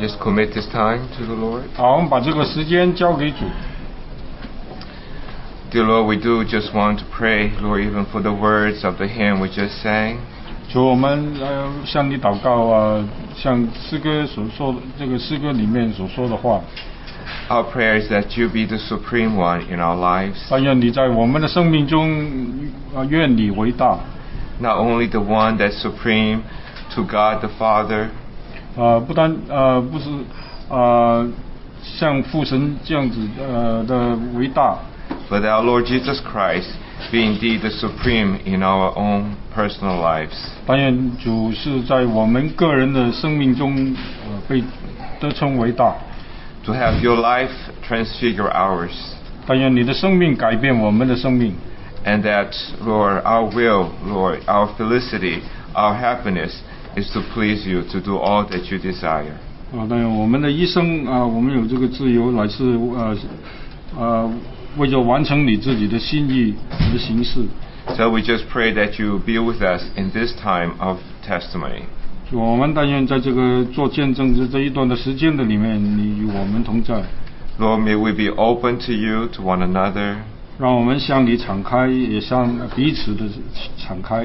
just commit this time to the Lord. 好，我们把这个时间交给主。 Dear Lord, we do just want to pray, Lord, even for the words of the hymn we just sang. 主，我们呃向你祷告啊，像诗歌所说的这个诗歌里面所说的话， Our prayer is that you be the supreme one in our lives, 但愿你在我们的生命中啊，愿你为大 not only the one that's supreme to God the Father, 啊、不单呃不是啊、像父神这样子呃的为大， but our Lord Jesus Christ be indeed the supreme in our own personal lives. 但愿主是在我们个人的生命中呃被得称为大， To have your life transfigure ours, 但愿你的生命改变我们的生命。 and that, Lord, our will, Lord, our felicity, our happiness is to please you, to do all that you desire. 啊，当然，我们的一生啊，我们有这个自由来自呃呃，为着完成你自己的心意而行事。 So we just pray that you be with us in this time of testimony. 主我们但愿在这个做见证的这一段的时间的里面，你与我们同在， Lord, may we be open to you, to one another, 让我们向你敞开，也向彼此的敞开，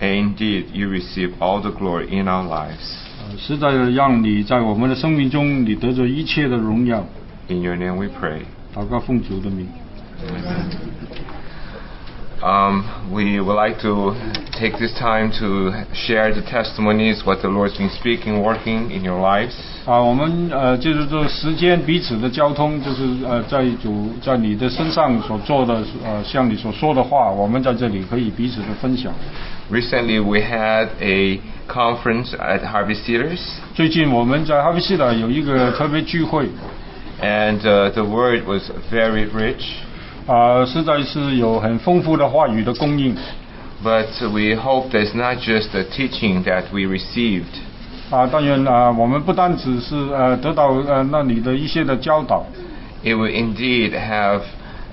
and indeed you receive all the glory in our lives. 呃，实在的让你在我们的生命中，你得着一切的荣耀。 In your name we pray. 祷告奉主的名。 Um, we would like to take this time to share the testimonies, what the Lord's been speaking, working in your lives. 啊，我们呃，就是这时间彼此的交通，就是呃，在主在你的身上所做的呃，像你所说的话，我们在这里可以彼此的分享。 Recently, we had a conference at Harvey Cedars, 最近我们在哈维西的有一个特别聚会， and uh, the word was very rich. 啊、实在是有很丰富的话语的供应， But we hope that it's not just the teaching that we received, 啊、当然啊、我们不单只是呃得到呃那里的一些的教导， it will indeed have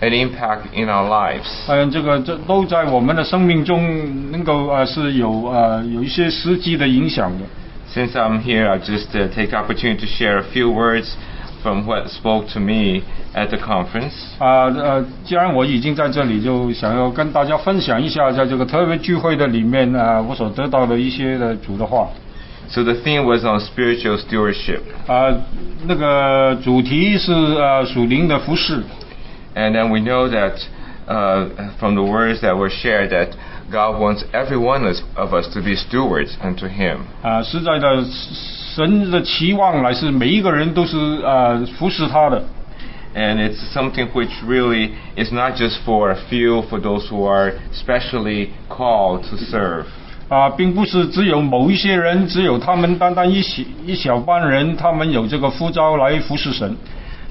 an impact in our lives. 当然嗯这个这都在我们的生命中能够呃是有呃有一些实际的影响的。 Since I'm here, I'll just uh, take the opportunity to share a few words from what spoke to me at the conference. 啊呃，既然我已经在这里，就想要跟大家分享一下，在这个特别聚会的里面啊、我所得到的一些的主的话 So the theme was on spiritual stewardship. 啊、那个主题是呃属灵的服饰 And then we know that uh, from the words that were shared that God wants every one of us- of us to be stewards unto Him. 啊、实在的神的期望来是每一个人都是呃服侍他的 And it's something which really is not just for a few, for those who are specially called to serve. 啊、并不是只有某一些人，只有他们单单一小一小班人，他们有这个呼召来服侍神。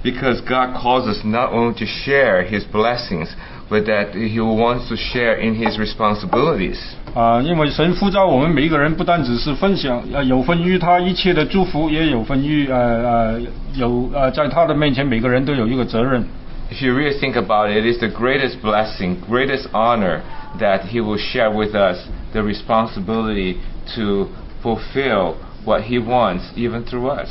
Because God calls us not only to share His blessings, but that He wants to share in His responsibilities. 啊，因为神呼召我们每一个人，不单只是分享，呃，有份于他一切的祝福，也有份于呃呃有呃，在他的面前，每个人都有一个责任。 If you really think about it, it is the greatest blessing, greatest honor that He will share with us the responsibility to fulfill what He wants, even through us.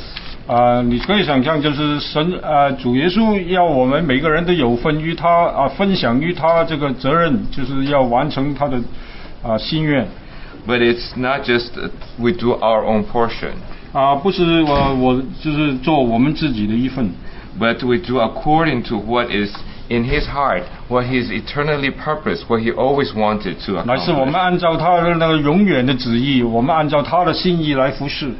啊，你可以想象，就是神啊，主耶稣要我们每个人都有份于他啊，分享于他这个责任，就是要完成他的啊心愿 But it's not just that we do our own portion, 啊，不是我我就是做我们自己的一份 but we do according to what is in His heart, what He's eternally purposed, what He always wanted to 乃是我们 accomplish. 按照他的那个永远的旨意，我们按照他的心意来服侍。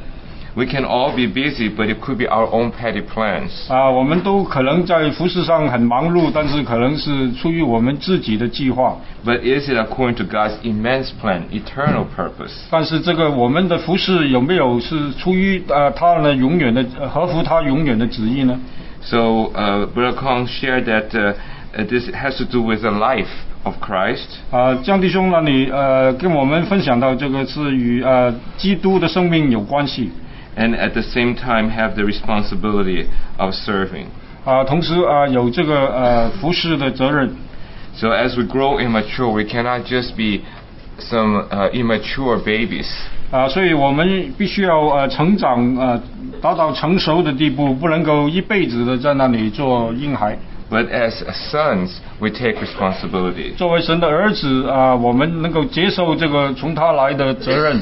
We can all be busy, but it could be our own petty plans. 啊，我们都可能在服饰上很忙碌，但是可能是出于我们自己的计划。 But is it according to God's immense plan, eternal purpose? 但是这个我们的服饰有没有是出于呃他呢永远的呃合乎他永远的旨意呢？ So, uh, Brother Kong shared that uh, uh, this has to do with the life of Christ, 啊、江弟兄呢，你呃跟我们分享到这个是与呃基督的生命有关系 and at the same time have the responsibility of serving. 啊、同时啊、有这个呃服饰的责任 So, as we grow immature, we cannot just be some uh, immature babies. 啊、所以我们必须要呃成长呃达到成熟的地步，不能够一辈子的在那里做婴孩。 But as sons, we take responsibility. 作为神的儿子啊、我们能够接受这个从他来的责任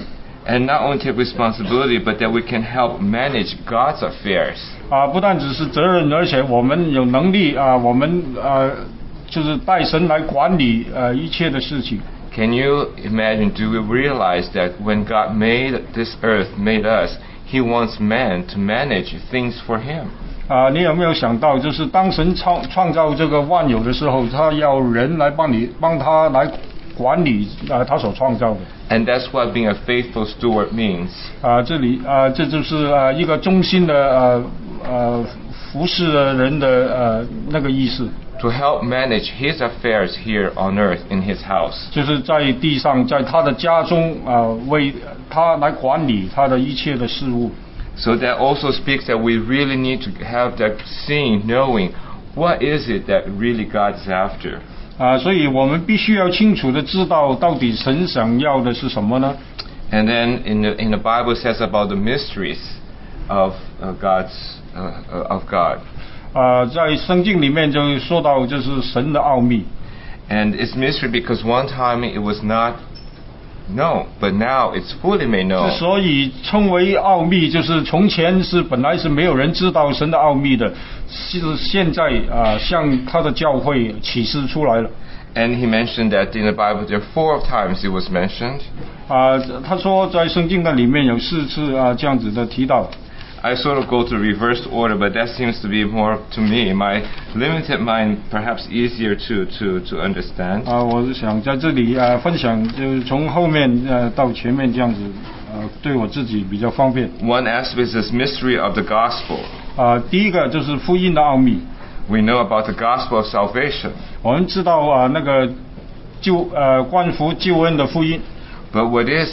And not only take responsibility, but that we can help manage God's affairs. 啊、不但只是责任，而且我们有能力啊、我们啊、就是带神来管理呃一切的事情。 Can you imagine? Do we realize that when God made this earth, made us, He wants man to manage things for Him? 啊、你有没有想到，就是当神创创造这个万有的时候，他要人来帮你帮他来管理啊、他所创造的 And that's what being a faithful steward means. 啊、这里啊、这就是啊、一个忠心的呃呃服侍人的呃那个意思， To help manage His affairs here on earth in His house. 就是在地上，在他的家中啊、为他来管理他的一切的事物。 So that also speaks that we really need to have that seeing, knowing what is it that really God's after. 啊、所以我们必须要清楚的知道到底神想要的是什么呢？ And then in the, in the Bible it says about the mysteries of uh, God's uh, uh, of God. 啊、在圣经里面就说到，就是神的奥秘。 And it's mystery because one time it was not known, but now it's fully made 之 known. 所以称为奥秘，就是从前是本来是没有人知道神的奥秘的，是现在啊、向他的教会启示出来了。 And he mentioned that in the Bible there are four times it was mentioned. 啊、他说在圣经的里面有四次啊、这样子的提到。 I sort of go to reverse order, but that seems to be more to me, my limited mind, perhaps easier to, to, to understand. 啊、我是想在这里啊、分享，就是从后面呃到前面这样子，呃对我自己比较方便。 One aspect is this mystery of the gospel. 啊、第一个就是福音的奥秘， We know about the gospel of salvation, 我们知道啊、那个救呃关乎救恩的福音 but what is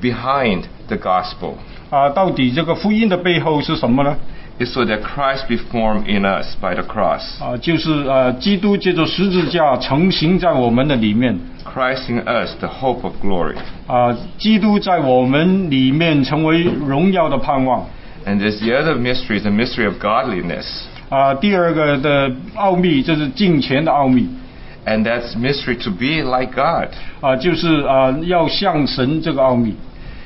behind the gospel 啊、到底这个福音的背后是什么呢？ is so that Christ be formed in us by the cross. 啊，就是呃，基督借着十字架成形在我们的里面， Christ in us, the hope of glory. 啊，基督在我们里面成为荣耀的盼望。 And there's the other mystery, the mystery of godliness. 啊，第二个的奥秘就是敬虔的奥秘， And that's mystery to be like God. 啊，就是啊，要向神这个奥秘。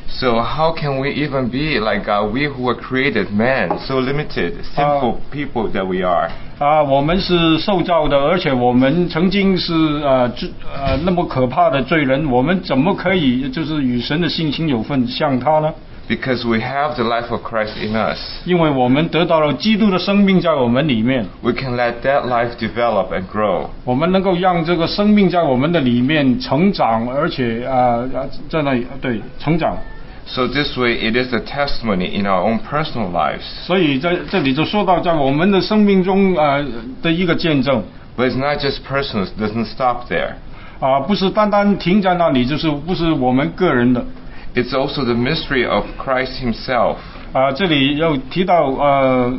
So how can we even be like God? We who were created man, so limited, simple people that we are. 啊，我们是受造的，而且我们曾经是呃罪呃那么可怕的罪人，我们怎么可以就是与神的性情有份像他呢？ Because we have the life of Christ in us. 因为我们得到了基督的生命在我们里面， We can let that life develop and grow. 我们能够让这个生命在我们的里面成长，而且啊、呃，在那里对成长。 So this way it is a testimony in our own personal lives. 所以在这里就说到，在我们的生命中啊、呃的一个见证 But it's not just personal, it doesn't stop there. 啊、不是单单停在那里，就是不是我们个人的 It's also the mystery of Christ himself, 啊、这里要提到呃，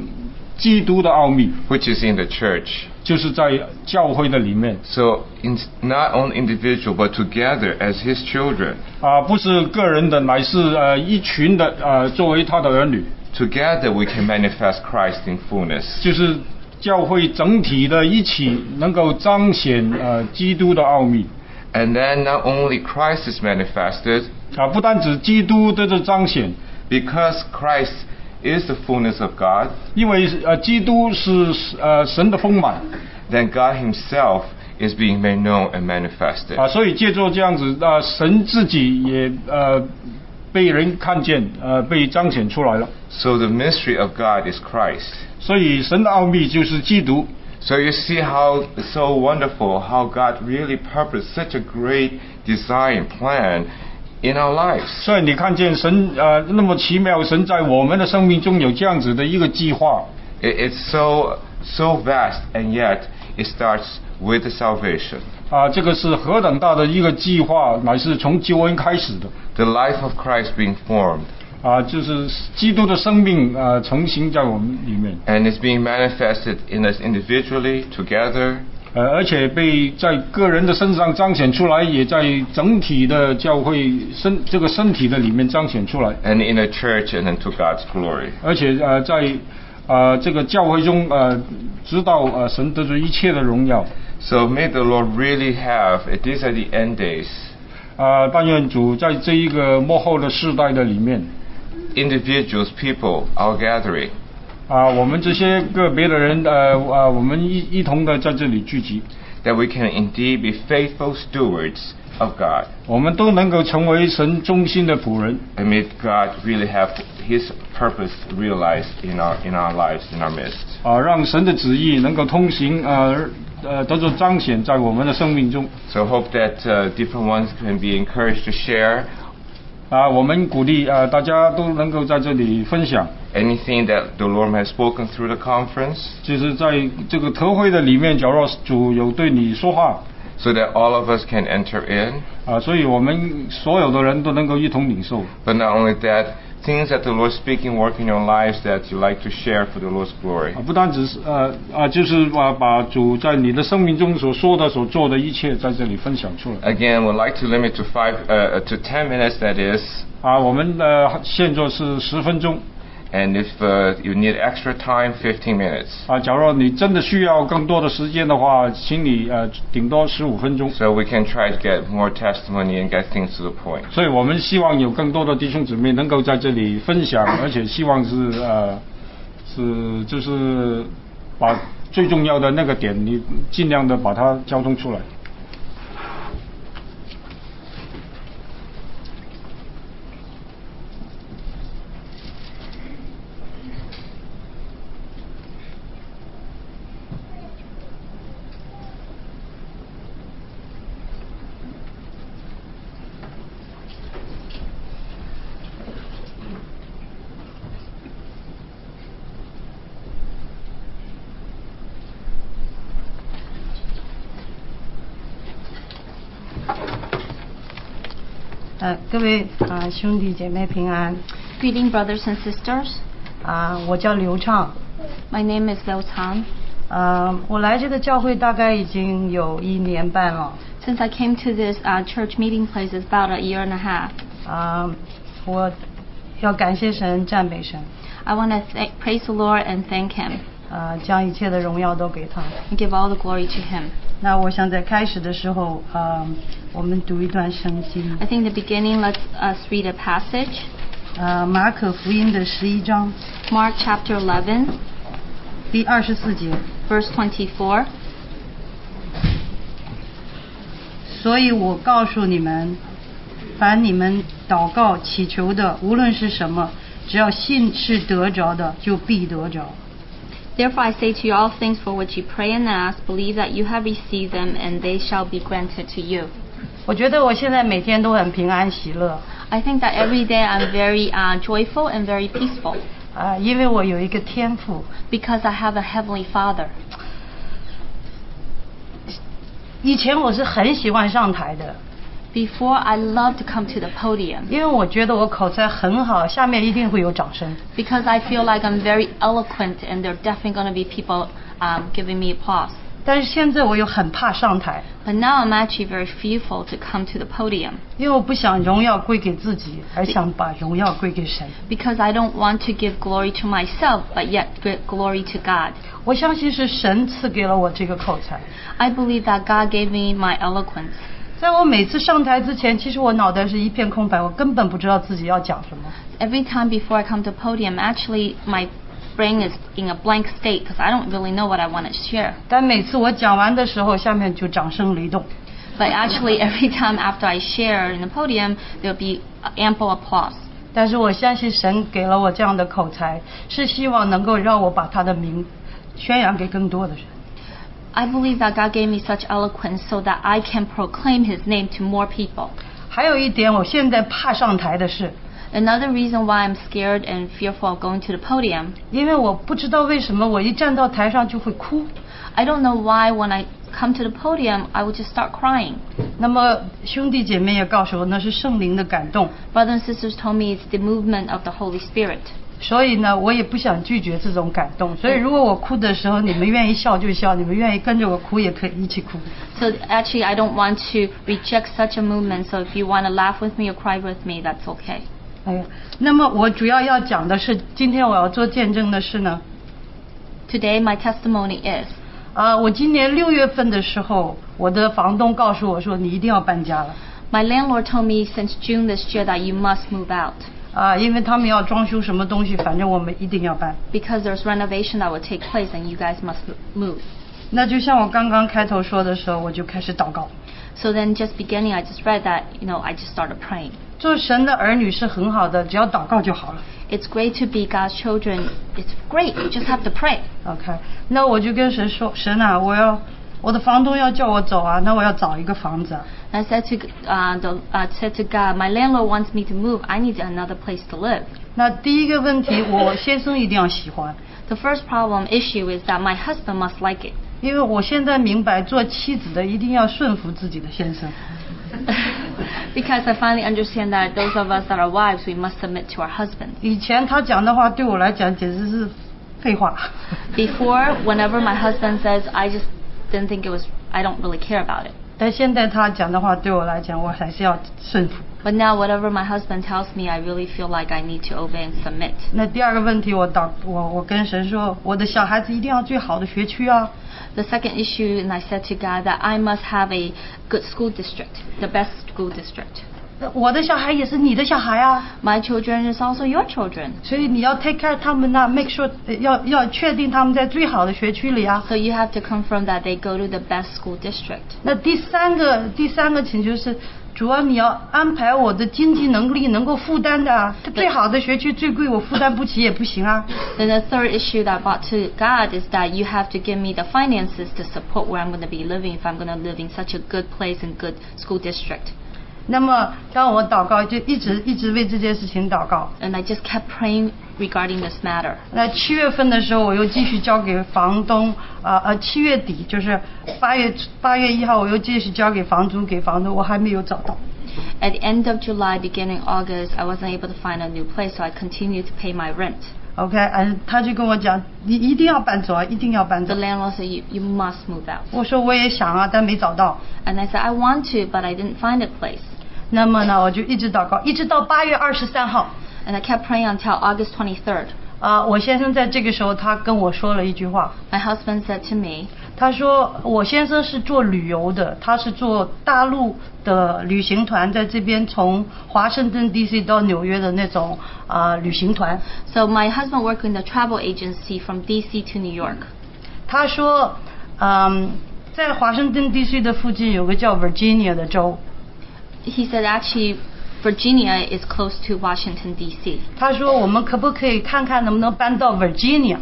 基督的奥秘， which is in the church. 就是在教会的里面 So in, not only individual, but together as his children. 啊、不是个人的，乃是呃一群的呃，作为他的儿女， Together we can manifest Christ in fullness. 就是教会整体的一起能够彰显呃基督的奥秘。 And then not only Christ is manifested, 啊，不单指基督的这彰显， because Christ is the fullness of God, 因为呃，基督是呃神的丰满 then God himself is being made known and manifested. 啊，所以借助这样子，呃，神自己也呃被人看见，呃，被彰显出来了。 So the mystery of God is Christ. 所以神的奥秘就是基督 So you see how so wonderful how God really purposed such a great design plan in our lives. 所以你看见神呃那么奇妙，神在我们的生命中有这样子的一个计划 It, it's so so vast and yet it starts with the salvation. 啊，这个是何等大的一个计划，乃是从救恩开始的 The life of Christ being formed 啊，就是基督的生命啊、呃、成型在我们里面。 and it's being manifested in us individually, together, 呃，而且被在个人的身上彰显出来，也在整体的教会身这个身体的里面彰显出来， and in the church and unto God's glory. 而且呃在呃这个教会中呃知道呃神得着一切的荣耀， So may the Lord really have, uh, these are the end days, 啊、但愿主在这一个幕后的世代的里面， individuals, people, our gathering, 啊、我们这些个别的人，呃啊、我们一一同的在这里聚集， that we can indeed be faithful stewards of God. 我们都能够成为神忠心的仆人， And may God really have His purpose realized in our, in our lives, in our midst. 啊、让神的旨意能够通行，啊呃得着彰显在我们的生命中， So I hope that uh, different ones can be encouraged to share 啊、我们鼓励啊、大家都能够在这里分享， anything that the Lord has spoken through the conference. 就是在这个特会的里面，假若主有对你说话， so that all of us can enter in. 啊、所以我们所有的人都能够一同领受。 But not only that, things that the Lord speaking work in your lives that you like to share for the Lord's glory. 啊，不单只是呃啊，就是把把主在你的生命中所说的、所做的一切，在这里分享出来。 Again, we'd like to limit to five uh, to ten minutes. That is, 啊，我们呃现在是十分钟 and if uh, you need extra time, fifteen minutes. 啊，假如你真的需要更多的时间的话，请你呃顶多十五分钟。 So we can try to get more testimony and get things to the point. 所以我们希望有更多的弟兄姊妹能够在这里分享，而且希望是呃是就是把最重要的那个点，你尽量的把它交通出来。呃，各位啊、呃兄弟姐妹平安 Greeting, brothers and sisters. 啊、我叫刘畅， My name is Liu Tang. 呃，我来这个教会大概已经有一年半了， Since I came to this uh, church meeting place, it's about a year and a half. 啊、我要感谢神，赞美神， I want to thank, praise the Lord and thank Him 啊、将一切的荣耀都给他。 and give all the glory to Him. 那我想在开始的时候，啊、我们读一段圣经， I think in the beginning, let us read a passage. 啊、马可福音的十一章 Mark chapter 11, 第二十四节。 verse 24. 所以我告诉你们，凡你们祷告祈求的，无论是什么，只要信是得着的，就必得着。 Therefore I say to you, all things for which you pray and ask, believe that you have received them, and they shall be granted to you. 我觉得我现在每天都很平安喜乐 I think that every day I'm very uh, joyful and very peaceful 啊、因为我有一个天赋， because I have a Heavenly Father. 以前我是很喜欢上台的， Before, I love to come to the podium 因为我觉得我口才很好，下面一定会有掌声。 because I feel like I'm very eloquent and there are definitely going to be people um, giving me applause. 但是现在我又很怕上台， But now I'm actually very fearful to come to the podium 因为我不想荣耀归给自己，而想把荣耀归给神。 because I don't want to give glory to myself but yet give glory to God. 我相信是神赐给了我这个口才。 I believe that God gave me my eloquence. 在我每次上台之前，其实我脑袋是一片空白，我根本不知道自己要讲什么。 Every time before I come to podium, actually my brain is in a blank state because I don't really know what I want to share. 但每次我讲完的时候，下面就掌声雷动。 But actually, every time after I share in the podium, there'll be ample applause. 但是我相信神给了我这样的口才，是希望能够让我把他的名宣扬给更多的人。 I believe that God gave me such eloquence so that I can proclaim His name to more people. 还有一点，我现在怕上台的是， Another reason why I'm scared and fearful of going to the podium, 因为我不知道为什么我一站到台上就会哭。 I don't know why when I come to the podium, I would just start crying. 那么兄弟姐妹也告诉我，那是圣灵的感动。 Brothers and sisters told me it's the movement of the Holy Spirit. 所以呢，我也不想拒绝这种感动。所以如果我哭的时候，你们愿意笑就笑，你们愿意跟着我哭也可以一起哭。 So actually, I don't want to reject such a movement. So if you want to laugh with me or cry with me, that's okay. 哎呀，那么我主要要讲的是，今天我要做见证的是呢， Today, my testimony is 呃，我今年六月份的时候，我的房东告诉我说，你一定要搬家了， my landlord told me since June this year that you must move out 啊、因为他们要装修什么东西，反正我们一定要搬。 because there's renovation that will take place and you guys must move. 那就像我刚刚开头说的时候，我就开始祷告。 So then, just beginning, I just read that you know I just started praying. 做神的儿女是很好的，只要祷告就好了。 It's great to be God's children. It's great. You just have to pray. OK，那我就跟神说，神啊，我要我的房东要叫我走啊，那我要找一个房子啊。 I said to uh, the, uh, said to God, my landlord wants me to move. I need another place to live. 那第一个问题，我先生一定要喜欢， The first problem issue is that my husband must like it. 因为我现在明白，做妻子的一定要顺服自己的先生。 because I finally understand that those of us that are wives, we must submit to our husbands. 以前他讲的话对我来讲简直是废话， Before, whenever my husband says, I just didn't think it was, I don't really care about it. 但现在他讲的话对我来讲，我还是要顺服。 But now, whatever my husband tells me, I really feel like I need to obey and submit. 那第二个问题，我祷我我跟神说，我的小孩子一定要最好的学区啊。 The second issue, and I said to God that I must have a good school district, the best school district. 那我的小孩也是你的小孩啊， My children is also your children. 所以你要 take care 他们呐、m a k e sure 呃要要确定他们在最好的学区里啊。 So you have to confirm that they go to the best school district. 那第三个第三个请求是，主要你要安排我的经济能力能够负担的、啊，最好的学区最贵，我负担不起也不行啊。 Then the third issue that I brought to God is that you have to give me the finances to support where I'm going to be living if I'm going to live in such a good place and good school district. 那么当我祷告，就一直一直为这件事情祷告。 And I just kept praying regarding this matter. 那七月份的时候，我又继续交给房东，呃呃，七月底就是八月八月一号，我又继续交给房租给房东，我还没有找到。 At the end of July, beginning August, I wasn't able to find a new place, so I continued to pay my rent. OK，嗯，他就跟我讲，你一定要搬走啊，一定要搬 The 走。 landlord said, you, you must move out. 我说我也想啊，但没找到。 And I said, I want to, but I didn't find a place. 那么呢，我就一直祷告，一直到八月二十三号。 And I kept praying until August 23rd. 啊，我先生在这个时候，他跟我说了一句话， My husband said to me, 他说我先生是做旅游的，他是做大陆的旅行团，在这边从华盛顿 D.C. 到纽约的那种啊、旅行团。 So my husband worked in the travel agency from DC to New York. 他说，嗯，在华盛顿 D.C. 的附近有个叫 Virginia 的州， He said actually Virginia is close to Washington DC. 他说我们可不可以看看能不能搬到 Virginia？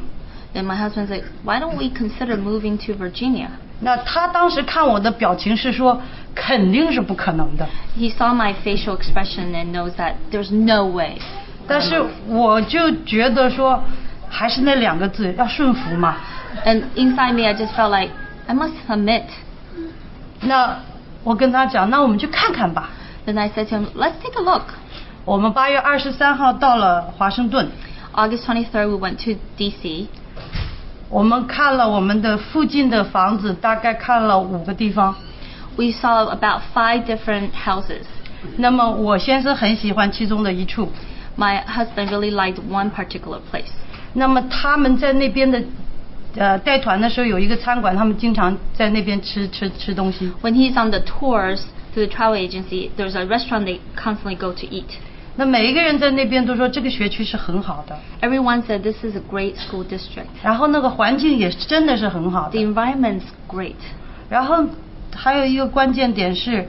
And my husband's like, why don't we consider moving to Virginia? 那他当时看我的表情是说，肯定是不可能的。 He saw my facial expression and knows that there's no way. 但是我就觉得说，还是那两个字，要顺服嘛。 And inside me I just felt like I must submit. 那我跟他讲，那我们去看看吧。 Then I said to him, let's take a look. 我们八月二十三号到了华盛顿， August 23rd we went to DC 我们看了我们的附近的房子，大概看了五个地方。 we saw about five different houses. 那么我先生很喜欢其中的一处。 My husband really liked one particular place. 那么他们在那边的，呃，带团的时候有一个餐馆，他们经常在那边吃吃吃东西。 When he's on the tours through the travel agency, there's a restaurant they constantly go to eat. 那每一个人在那边都说这个学区是很好的， Everyone said this is a great school district. 然后那个环境也真的是很好 The 的。 environment's great. 然后还有一个关键点是，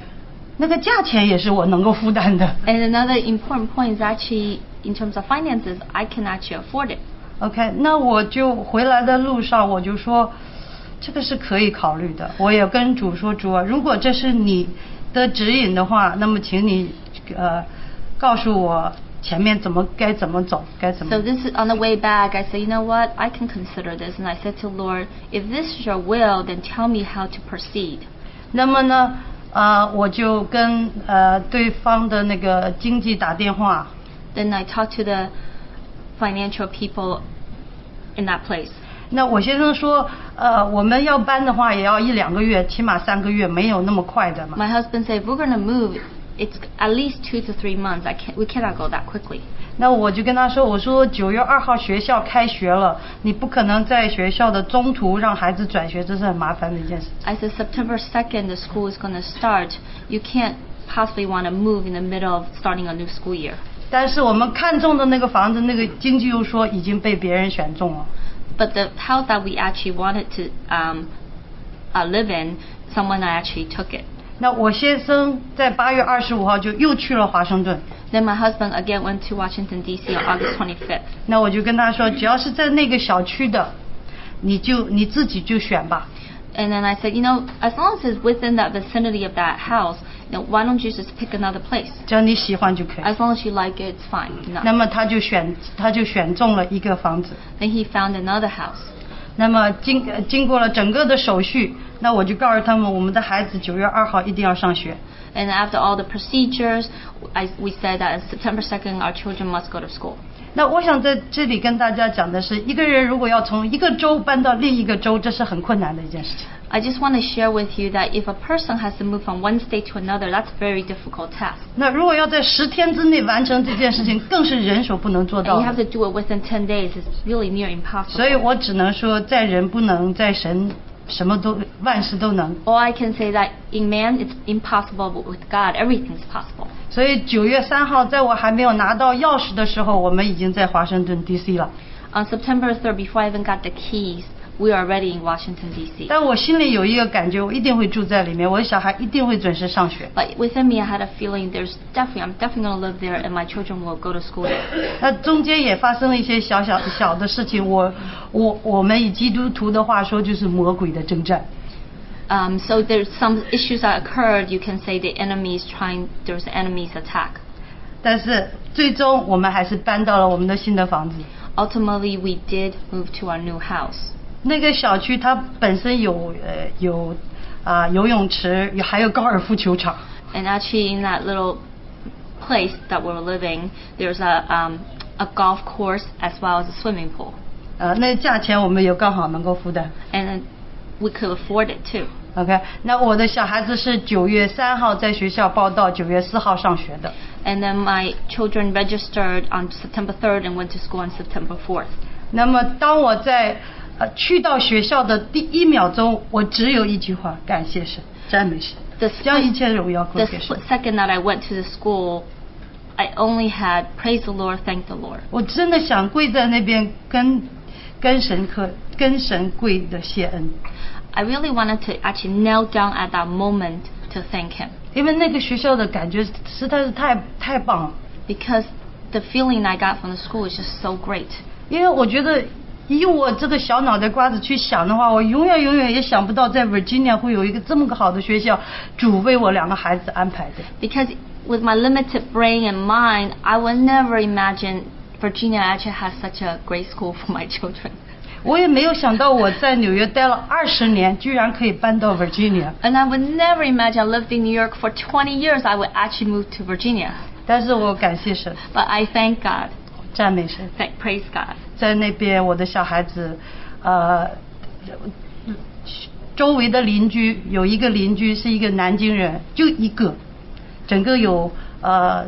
那个价钱也是我能够负担的。 And another important point is actually in terms of finances, I can actually afford it. OK，那我就回来的路上我就说，这个是可以考虑的。我也跟主说，主啊，如果这是你的指引的话，那么请你呃告诉我前面怎么该怎么走，该怎么 So。this is on the way back, I said, you know what? I can consider this. And I said to Lord, if this is your will, then tell me how to proceed. 那么呢，呃，我就跟呃对方的那个经济打电话， Then I talked to the financial people in that place. 那我先生说，呃，我们要搬的话也要一两个月，起码三个月，没有那么快的嘛。 My husband said, if we're going to move, it's at least two to three months. I can't, we cannot go that quickly. 那我就跟他说，我说九月二号学校开学了，你不可能在学校的中途让孩子转学，这是很麻烦的一件事。 I said, September 2nd, the school is going to start. You can't possibly want to move in the middle of starting a new school year. 但是我们看中的那个房子，那个经纪又说已经被别人选中了。 But the house that we actually wanted to um, uh, live in, someone actually took it. 那我先生在八月二十五号就又去了华盛顿。 Then my husband again went to Washington, D.C. on August 25th. 那我就跟他说，只要是在那个小区的，你就你自己就选吧。 And then I said, you know, as long as it's within that vicinity of that house, you know, why don't you just pick another place? 只要你喜欢就可以。 As long as you like it, it's fine. You know. 那么他就选他就选中了一个房子。 Then he found another house. 那么经呃经过了整个的手续，那我就告诉他们，我们的孩子九月二号一定要上学。 And after all the procedures, I, we said that on September 2nd, our children must go to school. 那我想在这里跟大家讲的是，一个人如果要从一个州搬到另一个州，这是很困难的一件事情。 I just want to share with you that if a person has to move from one state to another, that's a very difficult task. 那如果要在十天之内完成这件事情，更是人手不能做 And 到 you have 的。 to do it within 10 days. It's really near impossible. 所以我只能说，在人不能，在神什么都万事都能。 Or I can say that in man, it's impossible, but with God, everything's possible. 所以九月三号，在我还没有拿到钥匙的时候，我们已经在华盛顿 D.C. 了。 On September 3rd, before I even got the keys, we are already in Washington, D.C. 但我心里有一个感觉，我一定会住在里面，我的小孩一定会准时上学。 But within me, I had a feeling there's definitely, I'm definitely going to live there and my children will go to school there. 那中间也发生了一些小小小的事情，我我我们以基督徒的话说，就是魔鬼的征战。 Um, so there's some issues that occurred. You can say the enemy's trying, there's the enemy's attack. 但是最终我们还是搬到了我们的新的房子。 Ultimately, we did move to our new house. 那个小区它本身有呃有啊、游泳池，有还有高尔夫球场。 And actually, in that little place that we're living, there's a, um, a golf course as well as a swimming pool. 呃，那价钱我们也刚好能够负担。 And we could afford it too. OK，那我的小孩子是九月三号在学校报到，九月四号上学的。 And then my children registered on September 3rd and went to school on September 4th. 那么当我在呃去到学校的第一秒钟，我只有一句话：感谢神，赞美神， The 将一 split, 切荣耀归 the 给神 split。second that I went to the school, I only had praise the Lord, thank the Lord. 我真的想跪在那边跟跟神磕，跟神跪的谢恩， I really wanted to actually kneel down at that moment to thank Him 因为那个学校的感觉实在是太太棒了。 because the feeling I got from the school is just so great. 因为我觉得以我这个小脑袋瓜子去想的话，我永远永远也想不到在 Virginia 会有一个这么个好的学校，主为我两个孩子安排的。 Because with my limited brain and mind, I would never imagine Virginia actually has such a great school for my children. 我也没有想到我在纽约待了二十年，居然可以搬到 Virginia。 And I would never imagine I lived in New York for 20 years, I would actually move to Virginia. 但是我感谢神， But I thank God, 赞美神， thank, praise God. 在那边我的小孩子，呃，周围的邻居有一个邻居是一个南京人，就一个，整个有呃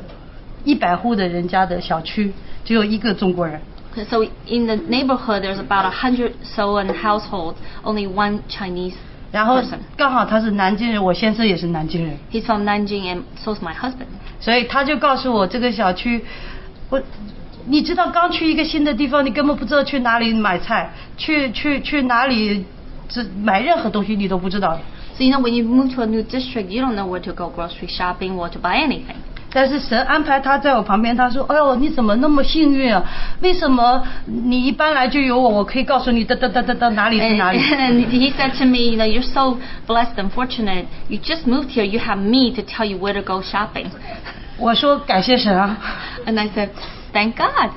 一百户的人家的小区，只有一个中国人。 'Cause So in the neighborhood, there's about a hundred so and households, only one Chinese 然后 person. 刚好他是南京人，我先生也是南京人， He's from Nanjing, and so's my husband. 所以他就告诉我这个小区，我，你知道刚去一个新的地方，你根本不知道去哪里买菜，去去去哪里，这买任何东西你都不知道。 So you know, when you move to a new district, you don't know where to go grocery shopping or to buy anything. 但是神安排他在我旁边，他说：“哎呦，你怎么那么幸运啊？为什么你一般来就有我？我可以告诉你，哒哒哒哒哒，哪里是 And, 哪里。 and he said to me, you know, you're so blessed and fortunate. You just moved here. You have me to tell you where to go shopping. ”我说：“感谢神啊！ And I said, Thank God.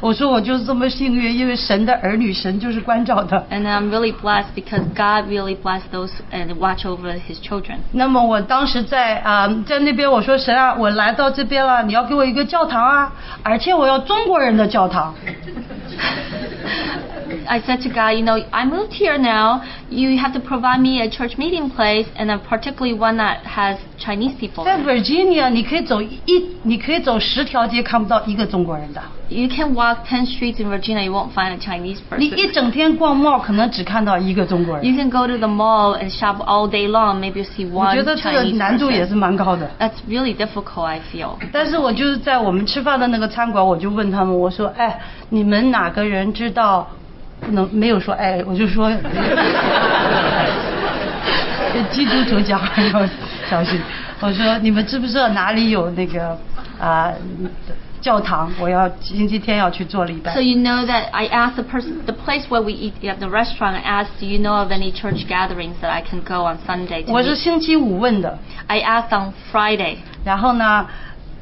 我说我就是这么幸运，因为神的儿女，神就是关照的。 And I'm really blessed because God really blessed those and watch over His children. 那么我当时在啊、在那边我说神啊，我来到这边了，你要给我一个教堂啊，而且我要中国人的教堂。 I said to God, you know, I moved here now. You have to provide me a church meeting place, and then particularly one that has Chinese people. 在 Virginia，你可以走一，你可以走十条街看不到一个中国人的， You can walk 10 streets in Virginia, you won't find a Chinese 你 person. 一整天逛 mall 可能只看到一个中国 You 人。 can go to the mall and shop all day long, maybe you see 我 one 觉得这个 Chinese 难度也是 person. 蛮高的。 That's really difficult, I feel. 但是我就是在我们吃饭的那个餐馆，我就问他们，我说：“哎，你们哪个人知道？不能没有说哎，我就说， 基督徒讲话要小心。我说你们知不知道哪里有那个啊、教堂？我要星期天要去做礼拜 So。you know that I asked the person, the place where we eat at the restaurant, I asked, do you know of any church gatherings that I can go on Sunday? To 我是 meet? 星期五问的， I asked on Friday, 然后呢，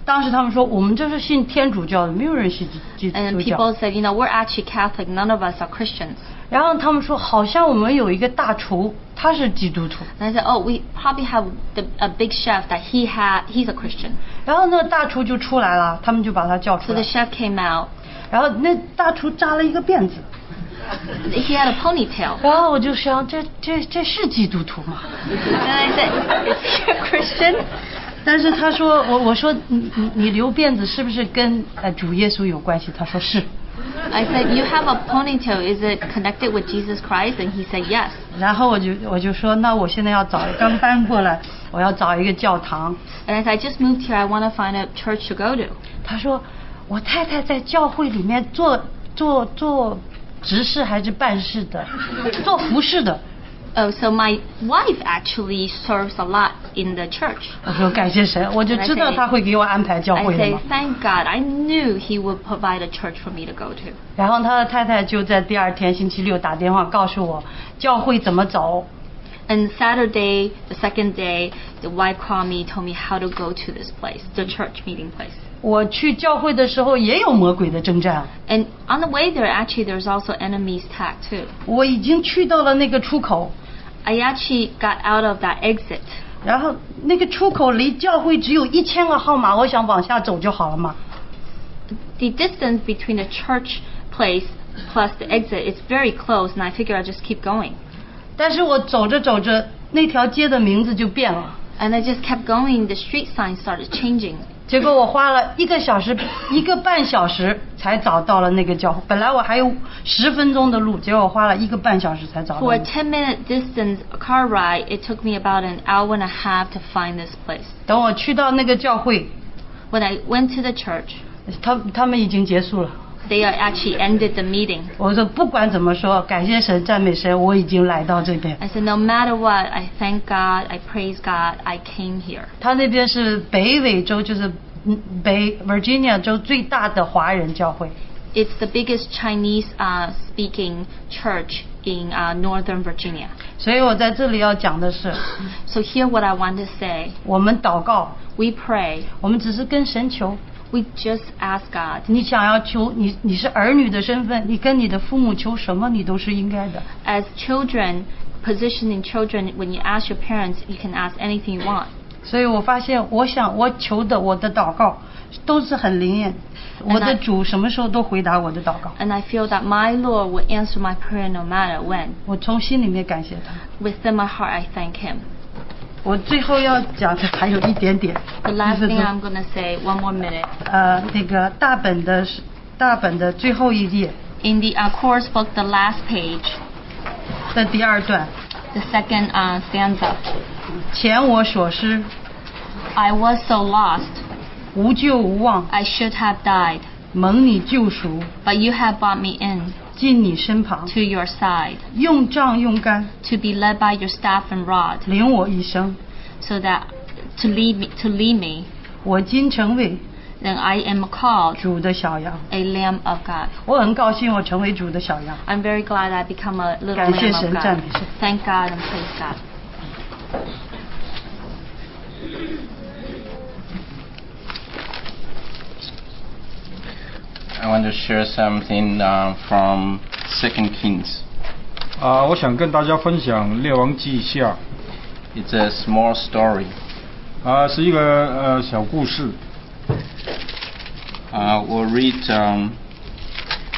当时他们说我们这是信天主教的，没有人信基基 and 督教嗯 people。said, you know, we're actually Catholic. None of us are Christians. 然后他们说好像我们有一个大厨，他是基督徒。 And I said, oh, we probably have the, a big chef that he had. He's a Christian. 然后那大厨就出来了，他们就把他叫出 So 来 the。chef came out. 然后那大厨扎了一个辫子， He had a ponytail. 然后我就想，这这这是基督徒吗？ And I said, is he a Christian? 但是他说，我我说你你你留辫子是不是跟呃主耶稣有关系？他说是。 I said, you have a ponytail. Is it connected with Jesus Christ? And he said, yes. 然后我就我就说，那我现在要找刚搬过来，我要找一个教堂。 And I said, I just moved here. I want to find a church to go to. 他说，我太太在教会里面做做做执事还是办事的，做服饰的。 Oh, so my wife actually serves a lot in the church. 我说感谢神，我就知道他会给我安排教 I 会的 say, 嘛。 thank God. I knew he would provide a church for me to go to. 然后他的太太就在第二天星期六打电话告诉我教会怎么走， And Saturday, the second day, the wife called me, told me how to go to this place, the church meeting place. 我去教会的时候也有魔鬼的征战， And on the way there, actually, there's also enemies tagged too. 我已经去到了那个出口， I actually got out of that exit. 然后那个出口离教会只有一千个号码，我想往下走就好了嘛。 The distance between the church place plus the exit is very close, and I figure I'll just keep going. 但是我走着走着，那条街的名字就变了， And I just kept going. The street sign started changing. 结果我花了一个小时、一个半小时才找到了那个教会。本来我还有十分钟的路，结果我花了一个半小时才找到那 For 个。 a 10 minute distance car ride, it took me about an hour and a half to find this place. 等我去到那个教会， When I went to the church, 他他们已经结束了。 they uh, actually ended the meeting. 我说不管怎么说，感谢神，赞美神，我已经来到这边。 I said, No matter what, I thank God, I praise God, I came here. 他那边是北纬州，就是嗯北 Virginia 州最大的华人教会。 It's the biggest Chinese uh, speaking church in uh, Northern Virginia. 所以我在这里要讲的是， So, here what I want to say 我们祷告， we pray, 我们只是跟神求。 we just ask God. 你想要求你你是儿女的身份，你跟你的父母求什么，你都是应该的。 As children, positioning children, when you ask your parents, you can ask anything you want. 所以我发现，我想我求的我的祷告都是很灵验，我的主什么时候都回答我的祷告。 And I feel that my Lord will answer my prayer no matter when. 我从心里面感谢他。 Within my heart, I thank Him. 我最后要讲的还有一点点， The last 就是 thing 说 I'm going to say, one more minute. 呃，那个大本的是大本的最后一页 In the uh, course book, the last page, 的第二段， the second uh, stanza 前我所失， I was so lost, 无救无望， I should have died, 蒙你救赎， but you have brought me in 进你身旁， to your side, 用杖用竿 to be led by your staff and rod, 领我一生。 so that to lead me, to lead me, 我今成为 then I am called 主的小羊， a lamb of God. 我很高兴我成为主的小羊。 I'm very glad I become a little 感谢 lamb of 神， God. 赞美神。 Thank God and praise God. 啊、 I want to share something uh, from Second Kings. 啊、我想跟大家分享《列王记下 It's a small story.》啊、是一个呃小故事 Uh, we'll read um,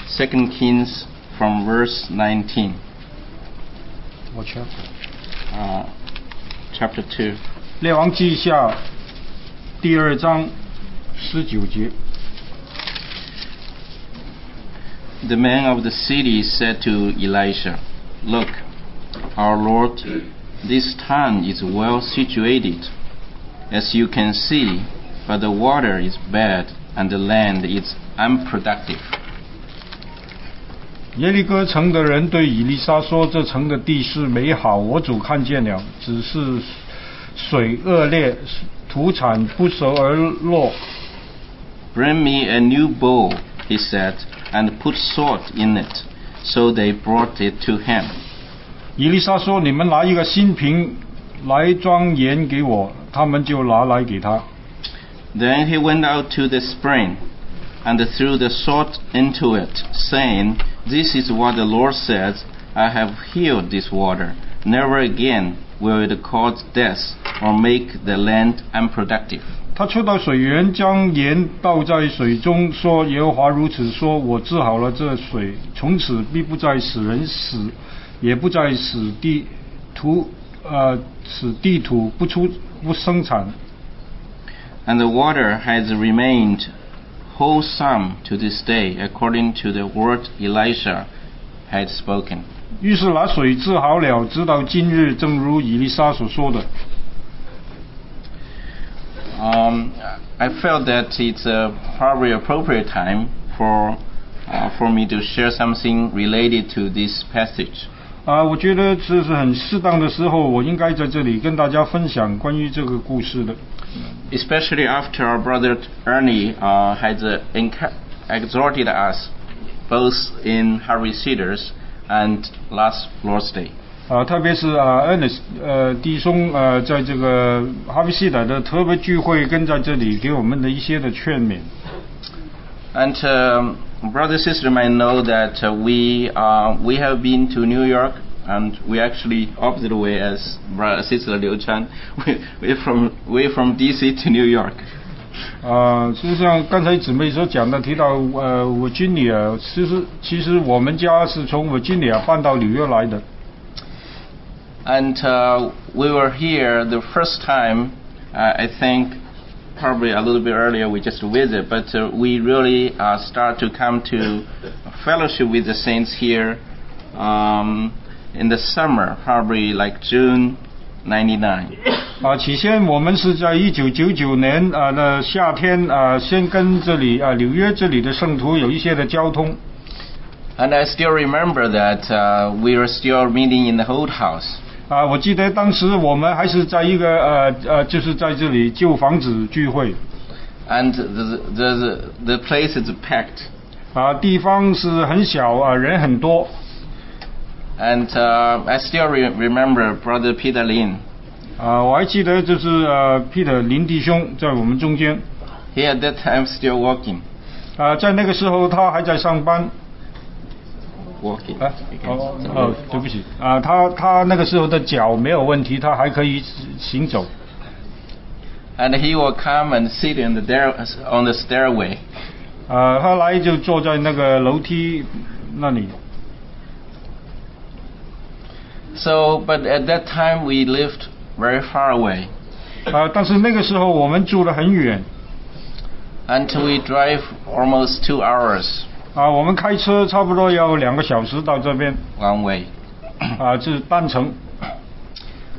Second Kings from verse 19, 我去。 uh, chapter 2. 列王记下第二章十九节， The man of the city said to Elisha, Look, our Lord, this town is well situated, as you can see, but the water is bad and the land is unproductive. 耶利哥城的人对以利沙说：“这城的地势美好，我主看见了，只是水恶劣，土产不熟而落。 Bring me a new bowl, he said, and put salt in it. So they brought it to him. ”以利沙说：“你们拿一个新瓶来装盐给我。”他们就拿来给他。 Then he went out to the spring and threw the salt into it, saying, This is what the Lord says I have healed this water. Never again will it cause death or make the land unproductive. 他抽到水源，将盐倒在水中，说：“耶和华如此说，我治好了这水，从此必不再使人死，也不再使地土呃使地土不出不生产。 And the water has remained wholesome to this day, according to the word Elisha had spoken. ”于是拿水治好了，直到今日，正如以利沙所说的。 Um, I felt that it's uh, probably appropriate time for uh, for me to share something related to this passage. 啊、我觉得这是很适当的时候，我应该在这里跟大家分享关于这个故事的。 especially after our brother Ernie uh, has uh, enc- exhorted us both in Harvey Cedars and last Lord's Day. 啊，特别是啊，Ernest 呃，弟兄呃，在这个哈维西达的特别聚会跟在这里给我们的一些的劝勉。 And um, brother sister might know that uh, we uh, we have been to New York and we actually opposite way as brother sister Liu Chan. We, we're from we're from DC to New York. 啊、就像刚才姊妹所讲的，提到呃，我经理啊，其实其实我们家是从我经理啊搬到纽约来的。 And uh, we were here the first time, uh, I think probably a little bit earlier, we just visit, but uh, we really uh, start to come to fellowship with the saints here um, in the summer, probably like June 99. 啊，起先我们是在一九九九年啊的夏天啊，先跟这里啊纽约这里的圣徒有一些的交通。 And I still remember that uh, we were still meeting in the old house. 啊，我记得当时我们还是在一个呃呃，就是在这里旧房子聚会， And the, the, the, the place is packed. 啊，地方是很小啊，人很多， And uh, I still re- remember Brother Peter Lin. 啊，我还记得就是呃，Peter 林弟兄在我们中间， He at that time still walking. 啊，在那个时候他还在上班， walking. 啊，哦哦，对不起，啊，他他那个时候的脚没有问题，他还可以行走， And he will come and sit in the dare, on the stairway. 啊，他来就坐在那个楼梯那里， So, but at that time we lived very far away, 啊，但是那个时候我们住得很远， and we drive almost two hours 啊，我们开车差不多要两个小时到这边。 one way. 啊，这是单程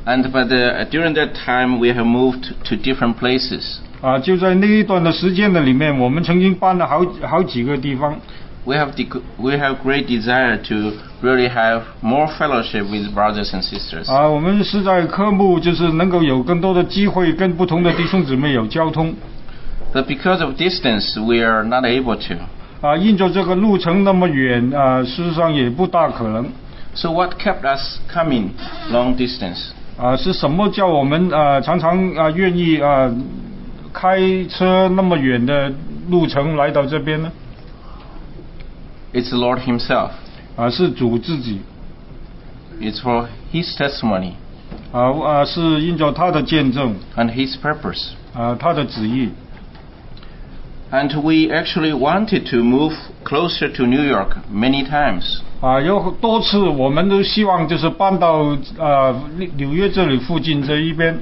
And but uh, during that time we have moved to different places. 啊，就在那一段的时间的里面，我们曾经搬了好好几个地方 We have de- we have great desire to really have more fellowship with brothers and sisters. 啊。我们是在科目，就是能够有更多的机会跟不同的弟兄姊妹有交通 But because of distance, we are not able to. 啊。因着这个路程那么远啊，事实上也不大可能 So what kept us coming long distance? 啊。是什么叫我们啊常常啊愿意啊开车那么远的路程来到这边呢？ It's the Lord Himself. 啊、是主自己， It's for His testimony 啊、啊、是因着他的见证， and His purpose. 啊、他的旨意， And we actually wanted to move closer to New York many times. 啊、有多次我们都希望就是搬到啊纽纽约这里附近这一边，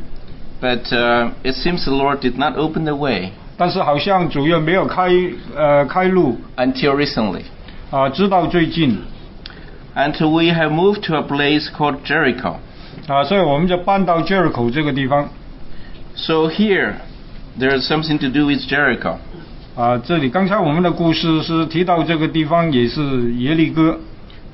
But uh, it seems the Lord did not open the way 但是好像主要没有开呃开路 until recently. 啊、直到最近 And we have moved to a place called Jericho. 啊、所以我们就搬到 Jericho 这个地方 So here, there is something to do with Jericho. 啊、这里刚才我们的故事是提到这个地方也是耶利哥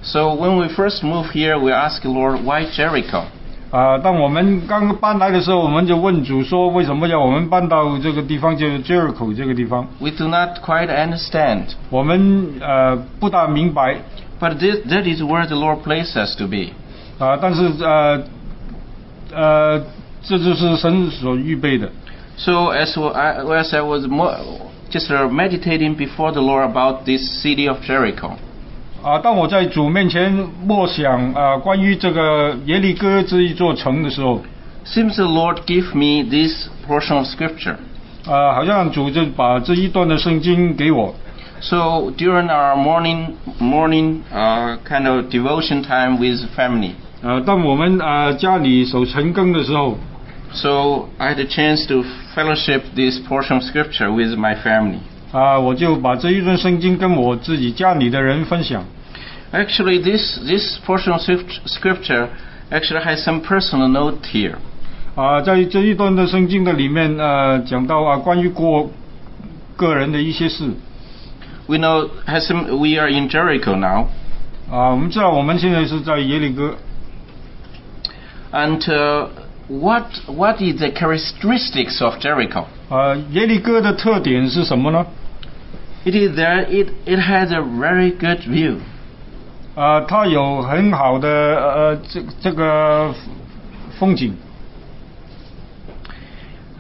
So when we first moved here, we asked the Lord, why Jericho? 啊、当我们刚搬来的时候，我们就问主说，为什么要我们搬到这个地方，就是 Jericho 这个地方？ We do not quite understand. 我们呃不大明白 But this, that is where the Lord placed us to be. 啊、但是呃呃，这就是神所预备的 So as I, as I was mo- just uh, meditating before the Lord about this city of Jericho, 啊、当我在主面前默想啊、关于这个耶利哥这一座城的时候， seems the Lord gave me this portion of scripture. 啊、好像主就把这一段的圣经给我 So during our morning morning uh, kind of devotion time with family, 啊、当我们啊、家里守晨更的时候 so I had a chance to fellowship this portion of scripture with my family. 啊、我就把这一段圣经跟我自己家里的人分享。 Actually, this this portion of script- scripture actually has some personal note here. 啊，在这一段的圣经的里面，呃，讲到啊，关于过个人的一些事 We know has some, we are in Jericho now. 啊，我们知道我们现在是在耶利哥 And uh, what what is the characteristics of Jericho? 啊，耶利哥的特点是什么呢？ It is there. It it has a very good view. 啊，它有很好的呃这这个风景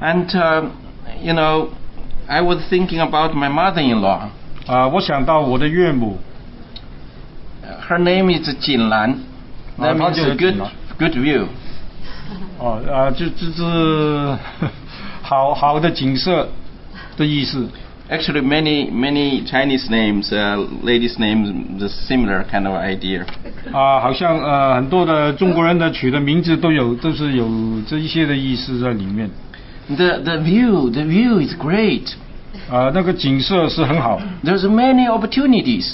And um, you know, I was thinking about my mother-in-law. 啊，我想到我的岳母 Her name is Jin Lan. That Oh, means Roger a good Jinlan. good view. 哦啊，这这是好好的景色的意思 Actually, many many Chinese names, uh, ladies' names, the similar kind of idea. 啊，好像呃很多的中国人的取的名字都有都是有这一些的意思在里面。 The the view, the view is great. 啊、那个景色是很好，啊、 There's many opportunities.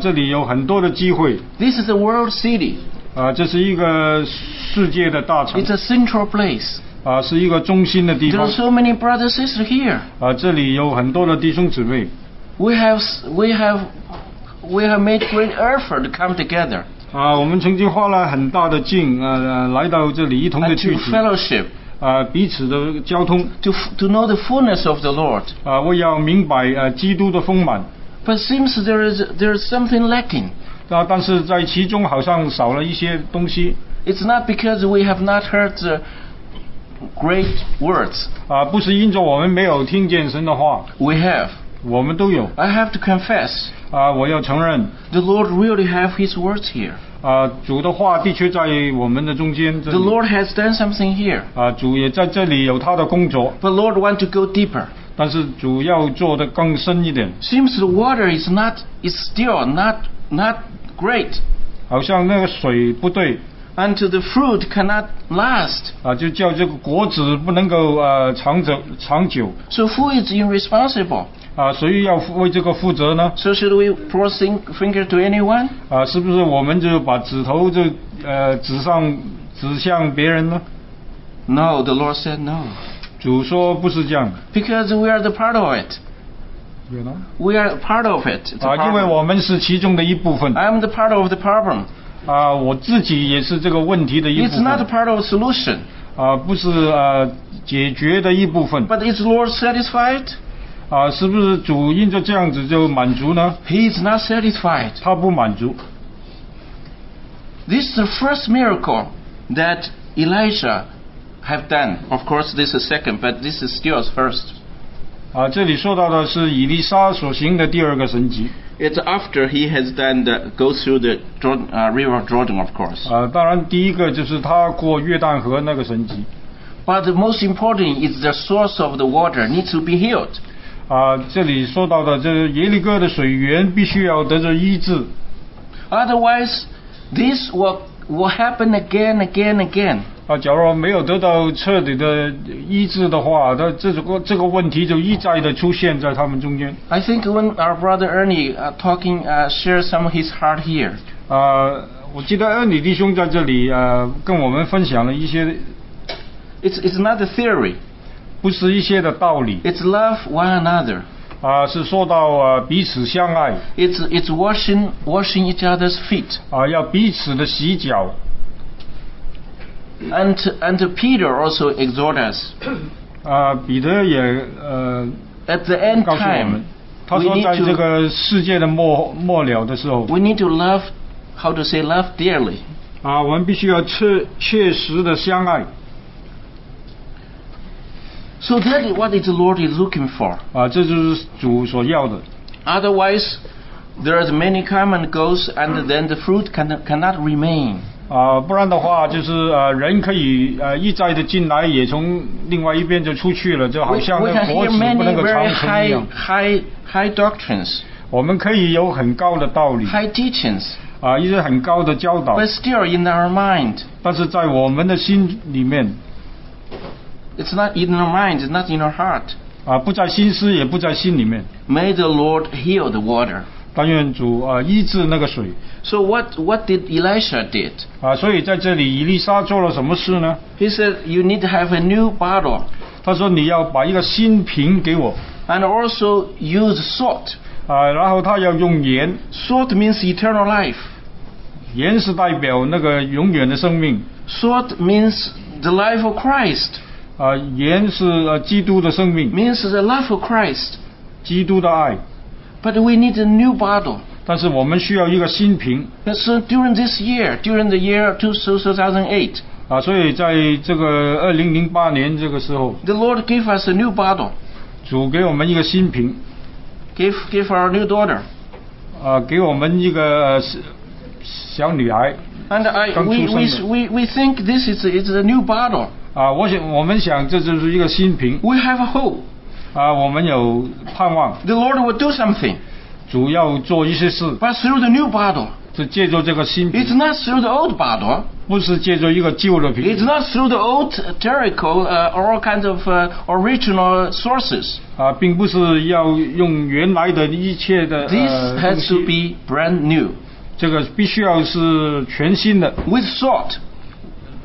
这里有很多的机会， This is a world city. 啊、这是一个世界的大城 It's，a central place. 啊、是一个中心的地 There 方， are 啊、 so many brothers and sisters here. 这里有很多的弟兄姊妹， We have we have we have made great effort to come together 啊、我们曾经花了很大的劲，呃，呃来到这里一同的 and 聚 to 集，啊、 fellowship, 彼此的交通， to f- to know the fullness of the Lord. 啊、我要明白呃基督的丰满， But seems there is there is something lacking. 啊、但是在其中好像少了一些东西， It's not because we have not heard the great words. 啊、不是因着我们没有听见神的话， We have. 我们都有，啊、啊 I have to confess, 我要承认， the Lord really have His words here. 啊，主的话的确在我们的中间。这 The 里 Lord has done something here. 啊，主也在这里有他的工作， But Lord want to go deeper. 但是主要做的更深一点。 Seems the water is not is still not not great. 好像那个水不对 Until the fruit cannot last. 啊，就叫这个果子不能够呃长久长久 So who is irresponsible? 啊，谁要负为这个负责呢？ So should we point sing- finger to anyone? 啊，是不是我们就把指头就呃指上指向别人呢？ No, the Lord said no. 主说不是这样的 Because we are the part of it. We are part of it. It's a 啊，因为 problem. 我们是其中的一部分 I am the part of the problem. 啊，我自己也是这个问题的一部 It's 分 not a part of the solution. 啊，不是呃解决的一部分。 But is Lord satisfied? 啊，是不是主因着这样子就满足呢？ He is not satisfied. 他不满足 This is the first miracle that Elijah have done. Of course, this is second, but this is still first. 啊。这里说到的是以利沙所行的第二个神迹 It's after he has done the go through the Jordan, uh, river Jordan, of course. 呃，当然第一个就是他过约旦河那个神迹 But the most important is the source of the water needs to be healed. 啊、这里说到的这耶利哥的水源必须要得着医治， Otherwise, this will will happen again, again, again. 啊，假如没有得到彻底的医治的话，那这个这个问题就一再的出现在他们中间。 I think when our brother Ernie uh, talking uh, share some of his heart here. 啊、我记得恩里弟兄在这里呃跟我们分享了一些， It's it's not a theory. 不是一些的道理 It's love one another. 啊、是说到啊、彼此相爱 It's it's washing washing each other's feet. 啊、要彼此的洗脚 And and Peter also exhort us. 啊、彼得也呃 At the end 告诉我们 time,，他 we 说 need 在这 to 个世界的末末了的时候 we need to love, how to say love dearly. 啊、我们必须要确确实的相爱 So that is what the Lord is looking for. 啊、这就是主所要的。 Otherwise, there is many come and goes, and then the fruit can, cannot remain. 啊、不然的话就是呃，人可以呃一再的进来，也从另外一边就出去了，就 We, 好 we 像那 can 个果 hear 子不 many 能够 very 长 high, 成一样。 high, high doctrines, 我们可以有很高的道理 high teachings, 啊、一些很高的教导 but，still in our mind, 但是在我们的心里面 it's not in our mind, it's not in our heart. 啊、不在心思，也不在心里面。 May the Lord heal the water. 但愿主啊、医治那个水 So what, what did Elisha did? 啊、所以在这里，伊丽莎做了什么事呢？ He said, you need to have a new bottle, 他说：“你要把一个新瓶给我 and also use salt. 啊、然后他要用盐， Salt means eternal life. 盐是代表那个永远的生命 Salt means the life of Christ. 啊、盐是呃基督的生命。” means the love of Christ. 基督的爱， But we need a new bottle. 但是我们需要一个新瓶 And so during this year, during the year 2008, 啊，所以在这个二零零八年这个时候， the Lord gave us a new bottle, 主给我们一个新瓶 gave, gave our new daughter. 啊，给我们一个呃小小女孩 And I, we, we, we, we think this is it's a new bottle. 啊，我想我们想这就是一个新瓶 We have a hope. 啊，我们有盼望， The Lord will do something. 主要做一些事， But through the new bottle, 是借助这个新瓶 it's，not through the old bottle. 不是借助一个旧的 It's 瓶 not through the old Jericho uh, or all kinds of uh, original sources. 啊，并不是要用原来的一切的 This 呃东 has to 西， be brand new 这个必须要是全新的 with salt.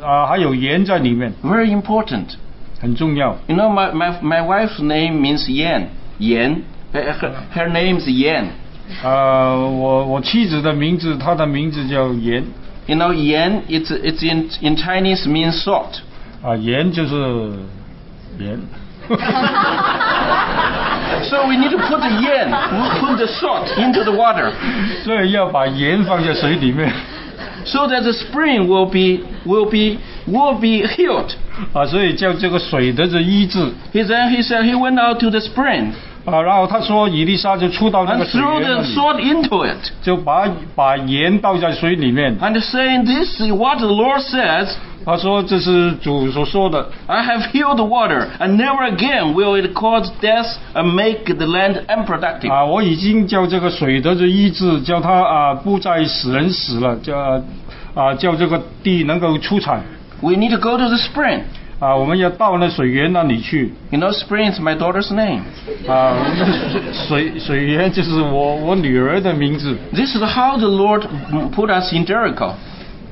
啊，还有盐在里面， Very important. 很重要。 You know, my, my, my wife's name means yen. Yen. Her, her- her name's yen. 呃，我我妻子的名字，她的名字叫盐 You know, yen, it's, it's in, in Chinese means salt. 啊，盐就是盐 So we need to put the yen, we put the salt into the water 所以要把盐放在水里面 so that the spring will be, will be, will be healed. 啊，所以叫这个水得着医治 He then he said he went out to the spring 啊。然后他说，以丽莎就出到那 and 个水 threw 源那 the 里， salt into it 就把把盐倒在水里面。 and saying, This is what the Lord says. 他说这是主所说的 I have healed the water, and never again will it cause death and make the land unproductive. 啊，我已经叫这个水得着医治，叫它啊不再使人死了，叫啊叫这个地能够出产 We need to go to the spring. 啊，我们要到那水源那里去。 You know, spring is my daughter's name. 啊， 水水水源就是我我女儿的名字 This is how the Lord put us in Jericho.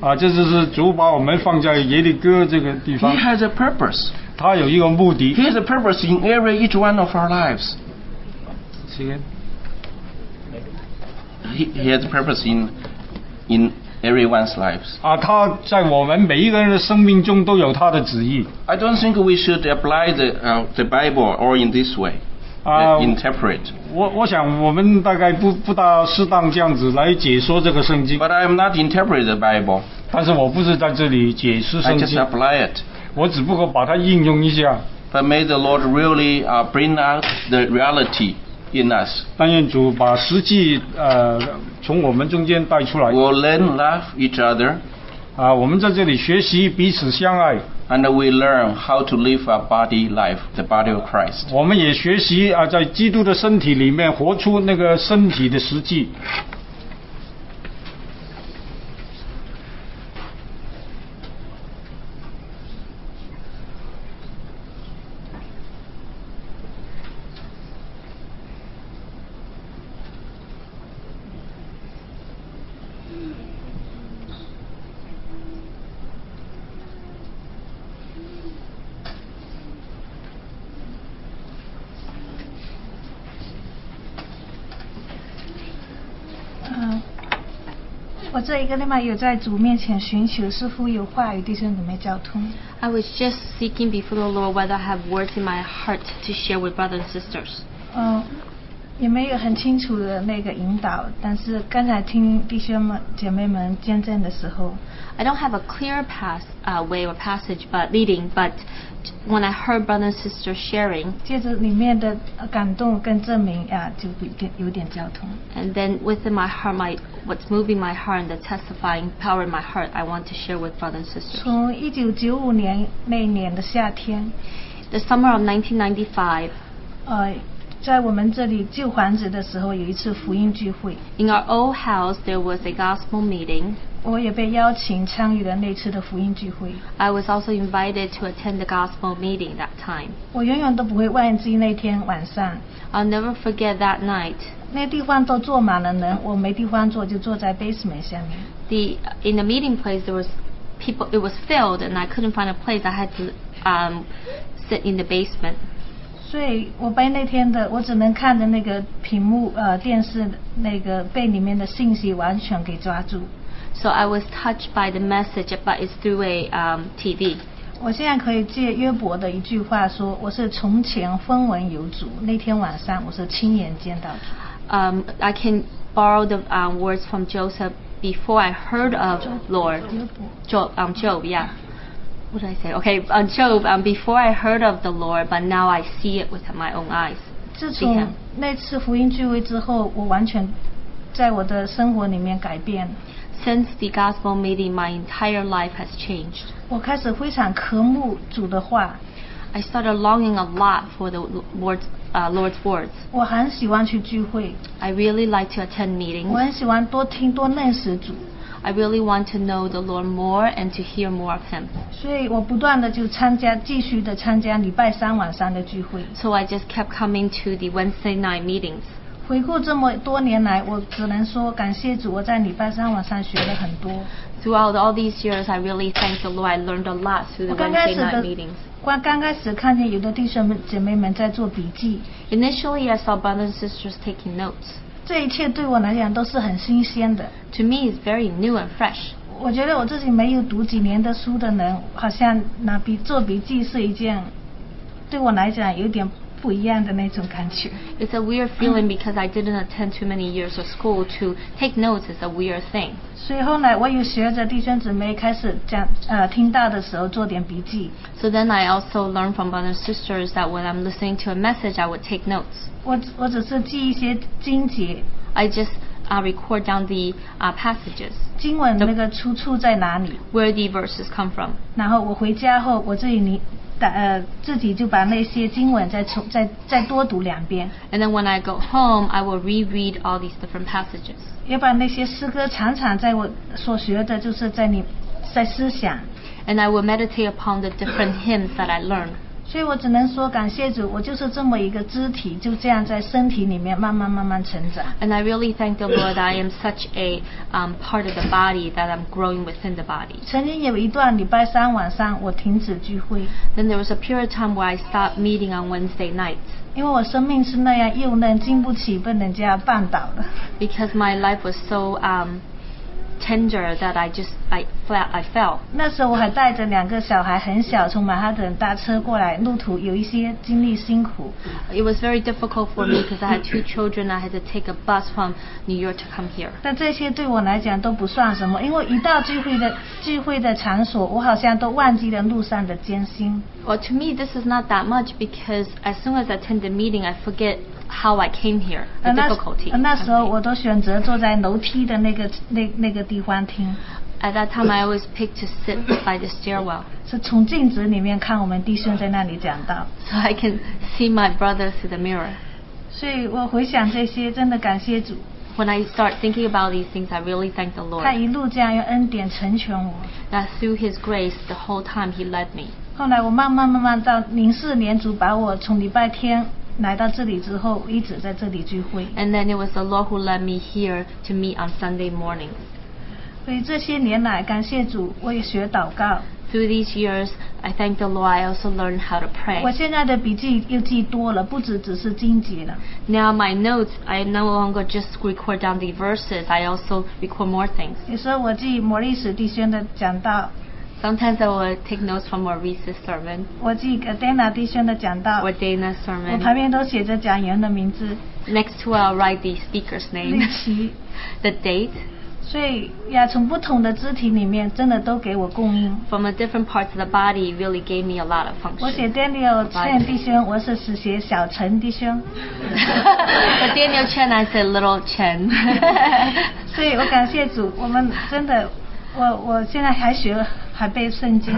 啊，这就是主把我们放在耶利哥这个地方 He，has a purpose. 他有一个目的。 He has a purpose in every each one of our lives. He, he has a purpose in in everyone's lives. 啊，他在我们每一个人的生命中都有他的旨意 I don't think we should apply the uh, the Bible or in this way. 啊。 uh, interpret. 我我想我们大概不不大适当这样子来解说这个圣经， But I am not interpret the Bible. 但是我不是在这里解释 I 圣 just 经， apply it. 我只不过把它应用一下 But may the Lord really uh, bring out the reality in us. 但愿主把实际呃从我们中间带出来 We'll learn love each other, 啊，我们在这里学习彼此相爱， and we learn how to live our body life, the body of Christ. 我们也学习啊，在基督的身体里面活出那个身体的实际。嗯，我这一个立马有在主面前寻求是否有话与弟兄姊妹交通。 I was just seeking before the Lord whether I have words in my heart to share with brothers and sisters. 嗯，也没有很清楚的那个引导，但是刚才听弟兄们姐妹们见证的时候， I don't have a clear pass, uh, way or passage, but leading. But when I heard brothers and sisters sharing, 借着里面的感动跟证明啊，就有点有点交通。 and then within my heart, my what's moving my heart and the testifying power in my heart, I want to share with brothers and sisters. 从一九九五年那一年的夏天， The summer of 1995, 呃，在我们这里旧房子的时候，有一次福音聚会， in our old house, there was a gospel meeting. 我也被邀请参与了那次的福音聚会。 I was also invited to attend the gospel meeting that time. 我永远都不会忘记那天晚上， I'll never forget that night. 那地方都坐满了人，我没地方坐，就坐在 basement 下面。 the in the meeting place there was people it was filled and I couldn't find a place I had to um, sit in the basement 所以我被那天的，我只能看着那个屏幕，呃，电视那个被里面的信息完全给抓住。 so I was touched by the message but it's through a um, TV 我现在可以借约伯的一句话说：“我是从前风闻有主，那天晚上我是亲眼见到主。 um, I can borrow the um, words from Joseph before I heard of Lord 约伯 Job um, Job yeah what did I say okay uh, Job um, before I heard of the Lord but now I see it with my own eyes 自厉害从那次福音聚会之后，我完全在我的生活里面改变。 since the gospel meeting my entire life has changed 我开始非常渴慕主的话， I started longing a lot for the Lord's, uh, Lord's words. 我很喜欢去聚会， I really like to attend 我 meetings. 很喜欢多听多认识主， I really want to know the Lord more and to hear more of Him. 所以我不断的就参加，继续的参加礼拜三晚上的聚会。 So I just kept coming to the Wednesday night meetings. 回顾这么多年来，我只能说感谢主，我在礼拜三晚上学了很多。 Throughout all these years, I really thank the Lord. I learned a lot through 我 the 刚开 Wednesday 始 night 的 meetings. 刚刚开始看见有的弟兄们姐妹们在做笔记， Initially, I saw brothers and sisters taking notes. 这一切对我来讲都是很新鲜的。 To me, it's very new and fresh. 我觉得我自己没有读几年的书的人，好像拿笔做笔记是一件对我来讲有点不一样的那种感觉。 It's a weird feeling because I didn't attend too many years of school. To take notes is a weird thing. 所以后来我有学着弟兄姊妹开始讲，呃，听到的时候做点笔记。 So then I also learned from brothers and sisters that when I'm listening to a message, I would take notes. 我我只是记一些经节， I just uh, record down the uh, passages 经文那个出处在哪里。 where the verses come from. 然后我回家后，我自己你打呃自己就把那些经文再重再再多读两遍， And then when I go home, I will reread all these different passages. 也把那些诗歌常常在我所学的，就是在你在思想。 And I will meditate upon the different hymns that I learned. 所以我只能说感谢主，我就是这么一个肢体，就这样在身体里面慢慢慢慢成长。 And I really thank the Lord that I am such a um, part of the body that I'm growing within the body. 曾经有一段礼拜三晚上我停止聚会， Then there was a period of time where I stopped meeting on Wednesday nights 因为我生命是那样幼嫩，经不起被人家绊倒的。 because my life was so um, tender that I just I flat I fell. 那时候我还带着两个小孩，很小，从曼哈顿搭车过来，路途有一些经历辛苦。 It was very difficult for me because I had two children. I had to take a bus from New York to come here. 但这些对我来讲都不算什么，因为一到聚会的聚会的场所，我好像都忘记了路上的艰辛。 Well, to me, this is not that much because as soon as I attend the meeting, I forget how I came here, the 呃那 difficulty. 呃那时候 I 我 made. 都选择坐在楼梯的那个那那个地方听， At that time, I always picked to sit by the stairwell 是从镜子里面看我们弟兄在那里讲道。 so I can see my brother through the mirror. 所以我回想这些，真的感谢主， When I start thinking about these things, I really thank the Lord 他一路这样用恩典成全我。 that through His grace, the whole time He led me. 后来我慢慢慢慢到零四年，主把我从礼拜天来到这里之后，一直在这里聚会。 And then it was the Lord who led me here to meet on Sunday mornings. 所以这些年来，感谢主，我也学祷告。 Through these years, I thank the Lord. I also learned how to pray. 我现在的笔记又记多了，不止只是经节了。 Now my notes, I no longer just record down the verses. I also record more things. 有时候我记摩利史弟兄的讲道， Sometimes I will take notes from Maurice's sermon 我记 g a d e n a 弟兄的讲道， or 我 Dana's sermon. 旁边都写着讲员的名字、 Next to I'll write the speaker's 日 name, 期。 the date. 所以呀，从不同的肢体里面，真的都给我供应。 From the different parts of the body, really gave me a lot of 我写 function. Daniel 拜 Chen 弟兄，我是只写小陈弟兄， but Daniel Chen, I said little Chen. 所以我感谢主，我们真的，我我现在还学还背圣经，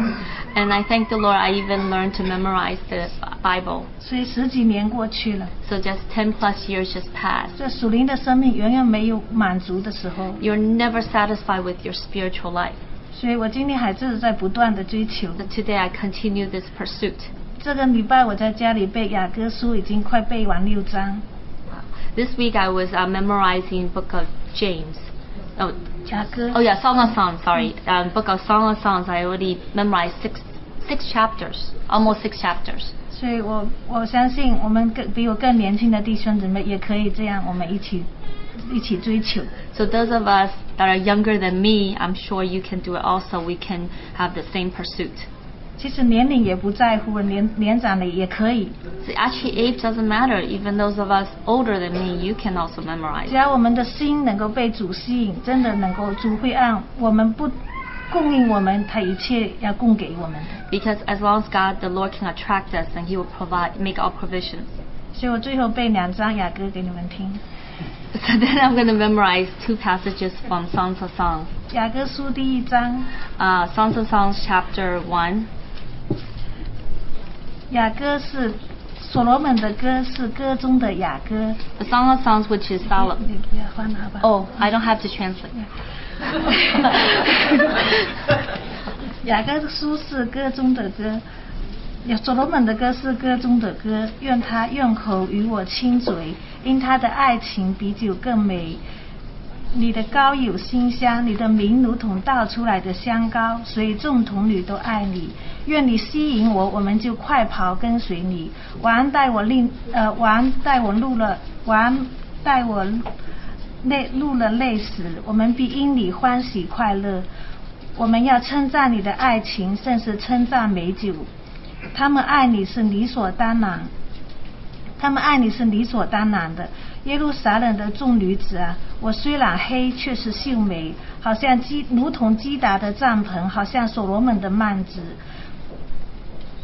and I thank the Lord. I even learned to memorize the Bible. 所以十几年过去了， So just 10 plus years just passed. 这属灵的生命远远没有满足的时候， You're never satisfied with your spiritual life. 所以我今天还是在不断的追求。 But today I continue this pursuit. 这个礼拜我在家里背雅各书，已经快背完六章。 This week I was uh, memorizing Book of James. Oh, 雅各 oh yeah, Song of Songs. Sorry, um, Book of Song of Songs. I already memorized six six chapters, almost six chapters. 所以我我相信我们更比我更年轻的弟兄姊妹也可以这样，我们一起一起追求。 So those of us that are younger than me, I'm sure you can do it also. We can have the same pursuit. 其实年龄也不在乎，年年长的也可以， So actually, age doesn't matter. Even those of us older than me, you can also memorize. 只要我们的心能够被主吸引，真的能够主会按我们不供应我们，他一切要供给我们的。 Because as long as God, the Lord can attract us, and He will provide, make all provisions. 所以我最后背两张雅歌给你们听， So then I'm going to memorize two passages from Songs of Songs. 雅歌书第一章， Uh, Songs of Songs chapter 1. 雅歌是所罗门的歌，是歌中的雅歌。 The Song of Songs, which is Solomon. 你不要翻了好吧？ Oh, I don't have to translate. 雅歌书是歌中的歌，有所罗门的歌是歌中的歌。愿他用口与我亲嘴，因他的爱情比酒更美。你的膏有馨香，你的名如同倒出来的香膏，所以众童女都爱你。愿你吸引我，我们就快跑跟随你。王带我令呃，王带我入了，王带我累入了累死，我们必因你欢喜快乐。我们要称赞你的爱情，甚是称赞美酒。他们爱你是理所当然，他们爱你是理所当然的。耶路撒冷的众女子啊，我虽然黑，却是秀美，好像基如同基达的帐篷，好像所罗门的幔子。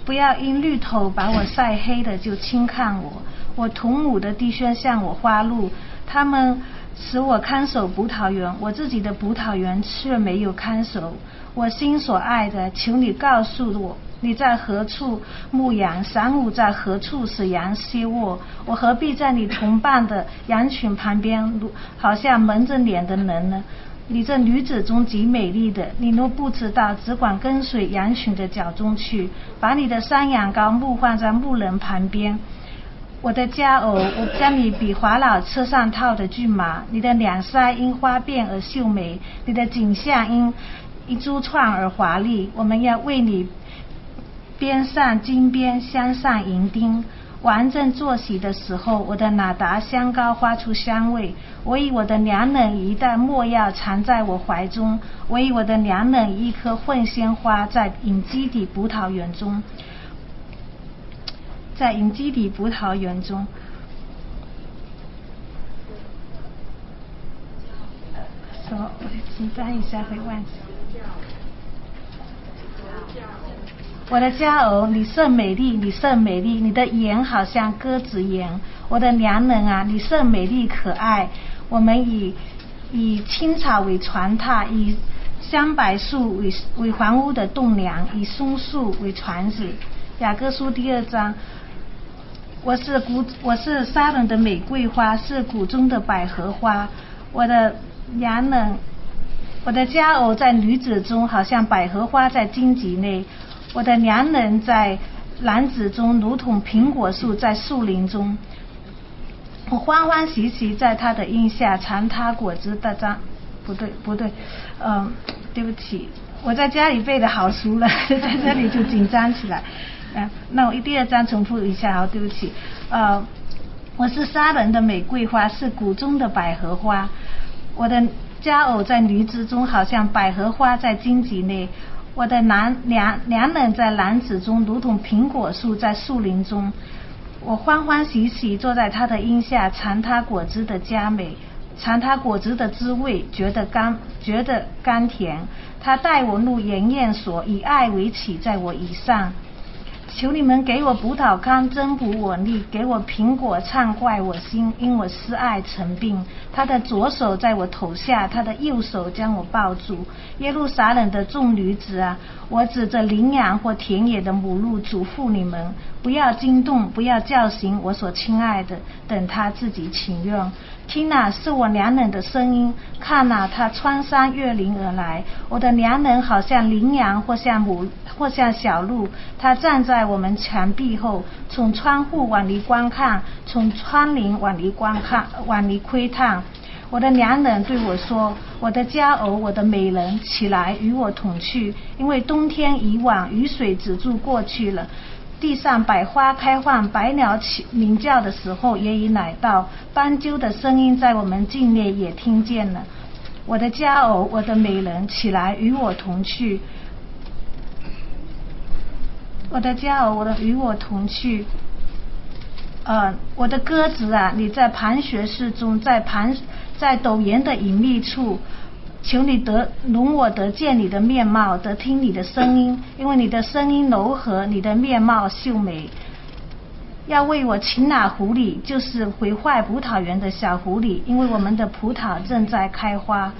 不要因绿头把我晒黑的就轻看我。我同母的弟兄向我发怒，他们使我看守葡萄园，我自己的葡萄园却没有看守。我心所爱的，求你告诉我，你在何处牧羊？晌午在何处使羊歇卧？我何必在你同伴的羊群旁边，如好像蒙着脸的人呢？你这女子中极美丽的，你若不知道，只管跟随羊群的脚中去，把你的山羊羔牧放在牧人旁边。我的佳偶，我将你比法老车上套的骏马，你的两腮因花变而秀美，你的颈项因一珠串而华丽。我们要为你边上金边，镶上银钉。王正坐席的时候，我的哪达香膏发出香味。我以我的良人一袋墨药藏在我怀中，我以我的良人一颗混鲜花在隐基底葡萄园中，在隐基底葡萄园中。什么？我紧张一下会忘记。我的佳偶，你甚美丽，你甚美丽，你的眼好像鸽子眼。我的良人啊，你甚美丽可爱。我们以以青草为床榻，以香柏树为为房屋的栋梁，以松树为船子。雅各书第二章。我是谷，我是沙伦的玫瑰花，是谷中的百合花。我的良人，我的佳偶在女子中，好像百合花在荆棘内；我的良人在男子中，如同苹果树在树林中。我欢欢喜喜在他的荫下尝他果汁的张，不对不对，嗯，对不起，我在家里背的好熟了，在这里就紧张起来。嗯，那我第二章重复一下啊，对不起，呃，我是杀人的玫瑰花，是谷中的百合花。我的佳偶在女子中，好像百合花在荆棘内；我的男良良人在男子中，如同苹果树在树林中。我欢欢喜喜坐在他的荫下，尝他果汁的佳美，尝他果汁的滋味，觉得甘，觉得甘甜。他带我入盐宴所，以爱为起，在我以上。求你们给我葡萄干，增补我力；给我苹果，畅快我心。因我思爱成病。他的左手在我头下，他的右手将我抱住。耶路撒冷的众女子啊，我指着羚羊或田野的母鹿嘱咐你们：不要惊动，不要叫醒我所亲爱的，等他自己情愿。听呐、是我良人的声音；看呐、他穿山越岭而来。我的良人好像羚羊，或像母，或像小鹿。他站在我们墙壁后，从窗户往里观看，从窗棂往里观看，往里窥探。我的良人对我说：“我的佳偶，我的美人，起来与我同去，因为冬天已晚，雨水止住过去了。”地上百花开放，百鸟起鸣叫的时候也已来到，斑鸠的声音在我们境内也听见了。我的佳偶，我的美人，起来与我同去。我的佳偶，我的与我同去。呃，我的鸽子啊，你在盘旋室中，在盘在陡岩的隐秘处，求你得容我得见你的面貌，得听你的声音，因为你的声音柔和，你的面貌秀美。要为我擒拿狐狸，就是毁坏葡萄园的小狐狸，因为我们的葡萄正在开花。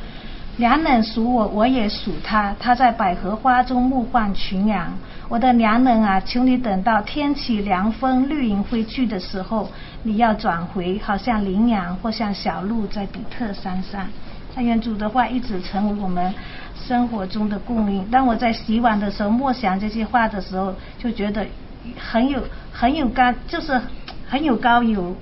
良人属我，我也属他。他在百合花中牧唤群羊。我的良人啊，求你等到天气凉风、绿影挥去的时候，你要转回，好像羚羊或像小鹿在比特山上。但愿主的话一直成为我们生活中的供应。当我在洗碗的时候默想这些话的时候，就觉得很有很有高，就是很有高油。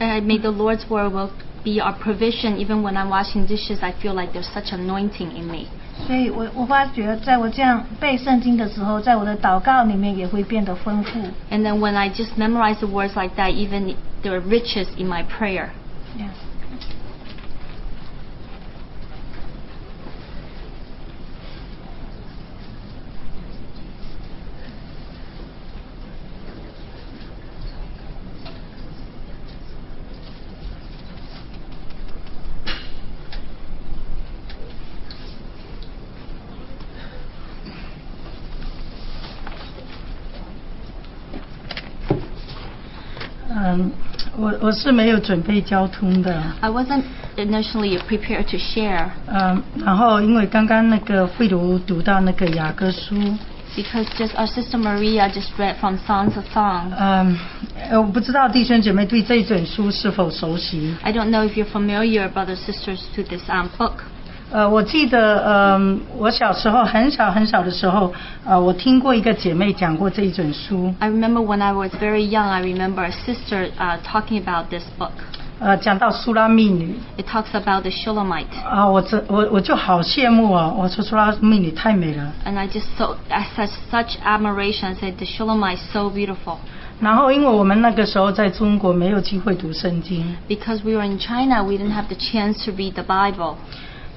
Uh, may the Lord's word will be our provision. Even when I'm washing dishes, I feel like there's such anointing in me. 所以我我发觉，在我这样背圣经的时候，在我的祷告里面也会变得丰富。 And then when I just memorize the words like that, even there are riches in my prayer. Yes. Um, 嗯，我我是没有准备交通的， I wasn't initially prepared to share 嗯，然后因为刚刚那个慧茹读到那个雅各书， because just our sister Maria just read from Songs of Song. 嗯，呃，我不知道弟兄姐妹对这一本书是否熟悉， I don't know if you're familiar, brothers sisters, to this um, book. 呃，我记得，嗯，我小时候很小很小的时候，呃，我听过一个姐妹讲过这一本书， I remember when I was very young, I remember a sister uh, talking about this book. 呃，讲到苏拉密女， It talks about the Shulamite. 啊，我这我我就好羡慕啊！我说苏拉密女太美了。 And I just so I had such admiration. I said, the Shulamite is so beautiful. 然后，因为我们那个时候在中国没有机会读圣经， Because we were in China, we didn't have the chance to read the Bible.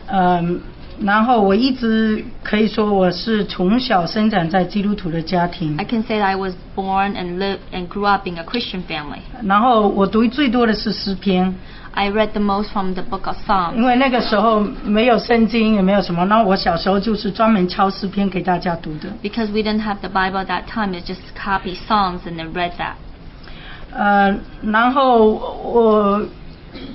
嗯，然后我一直可以说我是从小生长在基督徒的家庭 I，can say that I was born and lived and grew up in a Christian family. 然后我读最多的是诗篇， I read the most from the book of 因 Psalms 为那个时候没有圣经也没有什么，那我小时候就是专门抄诗篇给大家读的。 because we didn't have the Bible at that time. It just copied Psalms and then read that. 呃，然后我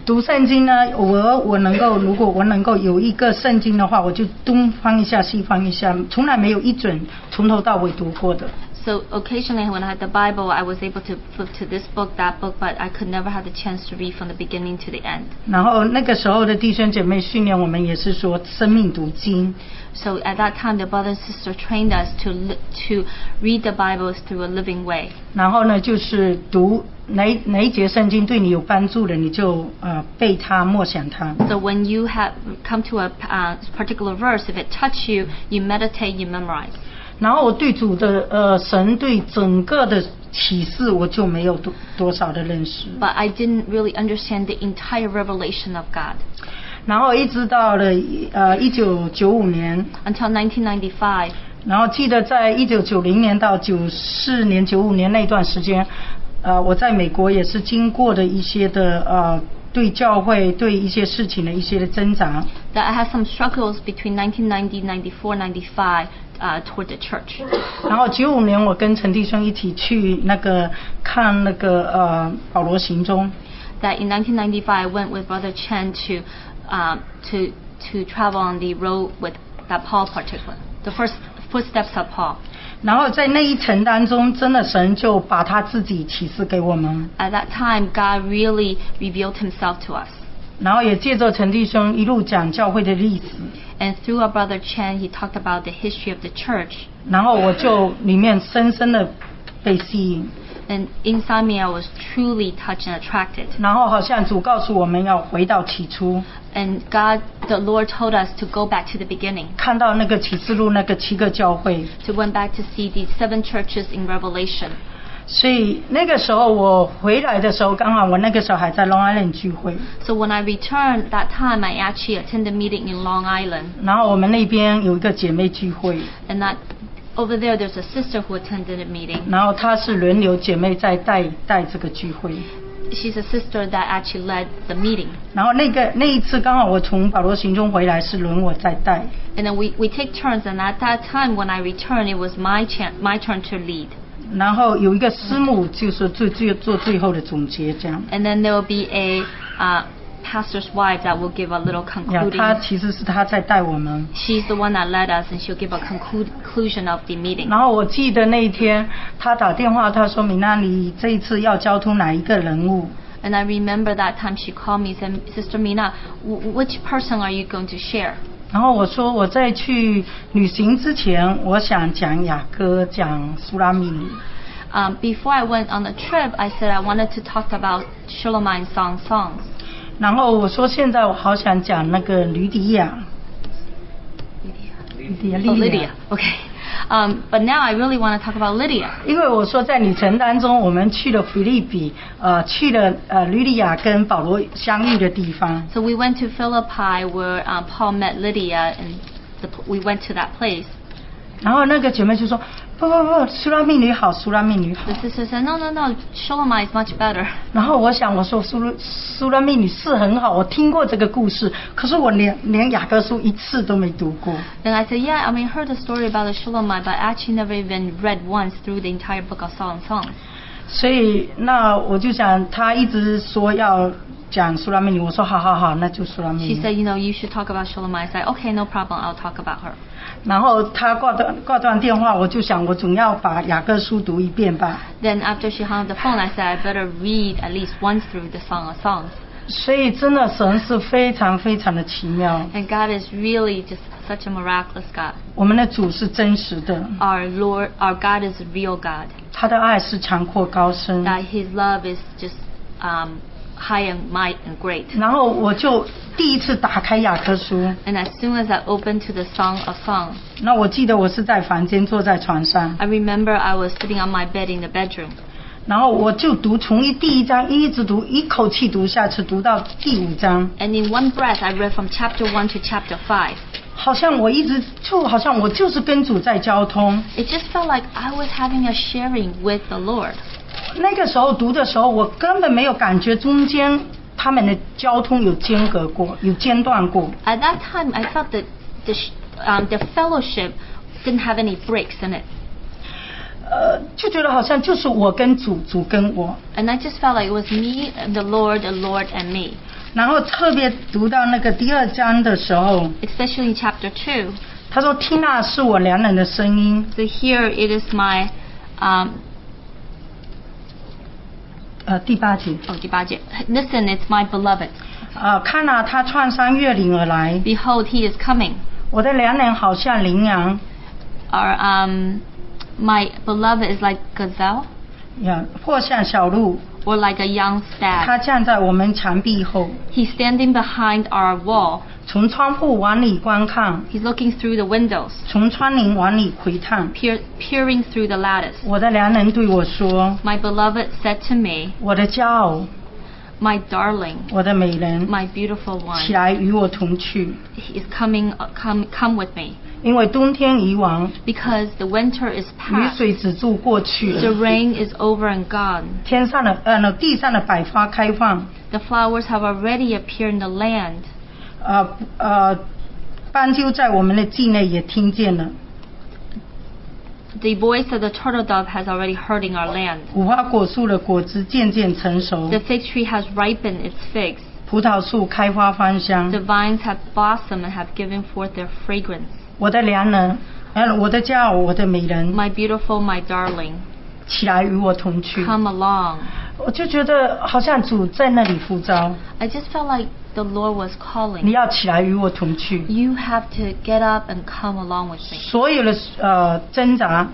读圣经呢，我我能够，如果我能够有一个圣经的话，我就东翻一下西翻一下，从来没有一准从头到尾读过的。 So occasionally when I had the Bible, I was able to flip to this book, that book, but I could never have the chance to read from the beginning to the end. 然后那个时候的弟兄姐妹训练我们也是说生命读经， So at that time, the brother and sister trained us to li- to read the Bibles through a living way. 然后呢就是读哪哪一节圣经对你有帮助的，你就呃背它默想它。 So when you have come to a uh, particular verse, if it touched you, you meditate, you memorize. 然后我对主的呃神对整个的启示我就没有多多少的认识。 But I didn't really understand the entire revelation of God 然后一直到了呃一九九五年， until 1995. 然后记得在一九九零年到九四年、九五年那段时间，呃，我在美国也是经过的一些的呃对教会、对一些事情的一些的挣扎。 That I had some struggles between 1990, 94, 95 uh, toward the church. 然后九五年我跟陈弟兄一起去那个看那个呃保罗行踪， That in 1995, I went with Brother Chen to um, to to travel on the road with that Paul particular, the first footsteps of Paul. 然后在那一程当中，真的神就把他自己启示给我们， At that time, God really revealed Himself to us. 然后也借着陈弟兄一路讲教会的历史。 And through our brother Chen, he talked about the history of the church. 然后我就里面深深的被吸引， And inside me, I was truly touched and attracted. 然后好像主告诉我们要回到起初， And God, the Lord told us to go back to the beginning, 看到那个启示录那个七个教会， to went back to see the seven churches in Revelation. 所以那个时候我回来的时候，刚好我那个时候还在 Long Island 聚会， So when I returned that time, I actually attended a meeting in Long Island. 然后我们那边有一个姐妹聚会， And that over there, there's a sister who attended a meeting. 然后她是轮流姐妹在带带这个聚会， She's a sister that actually led the meeting. 然后那个那一次刚好我从保罗行中回来是轮我在带， And then we, we take turns, and at that time when I returned, it was my, chan- my turn to lead. 然后有一个师母就是最最做最后的总结这样。 And then there will be a uh, pastor's wife that will give a little 呀， concluding. 他其实是他在带我们。 She's the one that led us, and she'll give a conclu- conclusion of the meeting. 然后我记得那一天，他打电话，他说：“米娜，你这一次要交出哪一个人物 And I remember that time she called me and said, Sister Mina, w- which person are you going to share?？” 然后我说：“我在去旅行之前，我想讲雅歌，讲苏拉米尼。 Um, before I went on the trip, I said I wanted to talk about Shulamite's song songs. 然后我说现在我好想讲那个吕底亚，哦吕底亚， Oh, Lydia. Okay. Um, but now I really want to talk about Lydia 因为我说在旅程当中，我们去了菲利比，呃，去了呃吕底亚跟保罗相遇的地方。 So we went to Philippi where um, Paul met Lydia, and the, pl- we went to that place. 然后那个姐妹就说：不不不，苏拉密女好，苏拉密女好。” The sister said, No, no, no, Shulamite is much better. 然后我想，我说苏勒苏拉密女是很好，我听过这个故事，可是我连连雅各书一次都没读过。 Then I said, Yeah, I mean, heard the story about the Shulamite, but I actually never even read once through the entire book of Song and Songs. 所以那我就想，他一直说要讲苏拉密女，我说好好好，那就苏拉密 She 女。 said, You know, you should talk about Shulamite. I said, Okay, no problem, I'll talk about her. 然后他挂断挂断电话，我就想，我总要把雅各书读一遍吧。 Then after she hung up the phone, I said, I better read at least once through the Song of Songs. 所以真的，神是非常非常的奇妙， And God is really just such a miraculous God. 我们的主是真实的， Our Lord, our God is a real God. 他的爱是长阔高深。 That His love is just um, high and might and great. 然后我就第一次打开雅各书。 And as soon as I opened to the Song of Songs, 那我记得我是在房间坐在床上， I remember I was sitting on my bed in the bedroom. 然后我就读从一第一章一直读，一口气读下去，读到第五章， And in one breath, I read from chapter 1 to chapter 5. 好像我一直就好像我就是跟主在交通。 It just felt like I was having a sharing with the Lord. 那个时候读的时候，我根本没有感觉中间他们的交通有间隔过，有间断过。 At that time, I felt that the, sh- um, the fellowship didn't have any breaks in it. 呃，就觉得好像就是我跟主，主跟我。 And I just felt like it was me and the Lord, the Lord and me. 然后特别读到那个第二章的时候， Especially in chapter 2. 他说：“听那是我良人的声音。 So here it is my, um, ”呃，第八节， oh, Dibaje. Listen, it's my beloved. 呃，看了、他穿山越岭而来， Behold, he is coming. 我的良人好像羚羊， Or, um, my beloved is like gazelle 呀，或像小鹿， or like a young 他 stag. 站在我们墙壁后， He's standing behind our wall. 从窗户往里观看， He's looking through the windows, 从窗棂往里窥探。 peer, peering through the lattice. 我的良人对我说 My beloved said to me,：“ 我的骄傲， My darling, 我的美人， my beautiful 起 one, 来与我同去， he is coming, uh, come, come with me, 因为冬天已亡， because the winter is 雨 past, 水止住过去， the rain is over and gone, 天上的呃，那地上的百花开放， the flowers have already appeared in the land, 呃呃，斑鸠在我们的境内也听见了， the voice of the turtle dove has already heard in our land, 无花果树的果子渐渐成熟， the fig tree has ripened its figs, 葡萄树开花芳香 the。vines have blossomed and have given forth their fragrance. 我的良人，呃，我的骄傲，我的美人， My beautiful, my darling, 起来与我同去。 come along. 我就觉得好像主在那里呼召， I just felt like the Lord was 你 calling. 要起来与我同去。 You have to get up and come along with me. 所有的呃挣扎，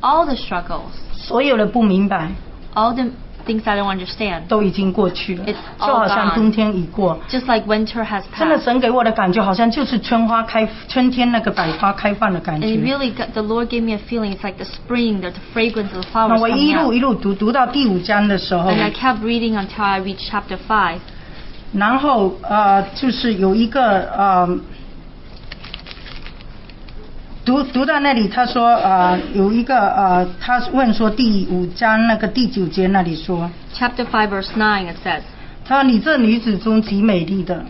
All the struggles, 所有的不明白 all the things I don't understand, 都已经过去了， It's 就 all 好像冬天已过。 just like winter has 真的， passed. 神给我的感觉好像就是春花开，春天那个百花开放的感 And it 觉。 really, got, the Lord gave me a feeling. It's like the spring, the, the fragrance of the 那 flowers 我一 coming 路 out. 一路读读到第五章的时候， And I kept reading until I reached chapter five. 然后呃，就是有一个呃，读读到那里，他说呃，有一个呃，他问说第五章那个第九节那里说， Chapter five, verse nine. It says, 他说你这女子中极美丽的，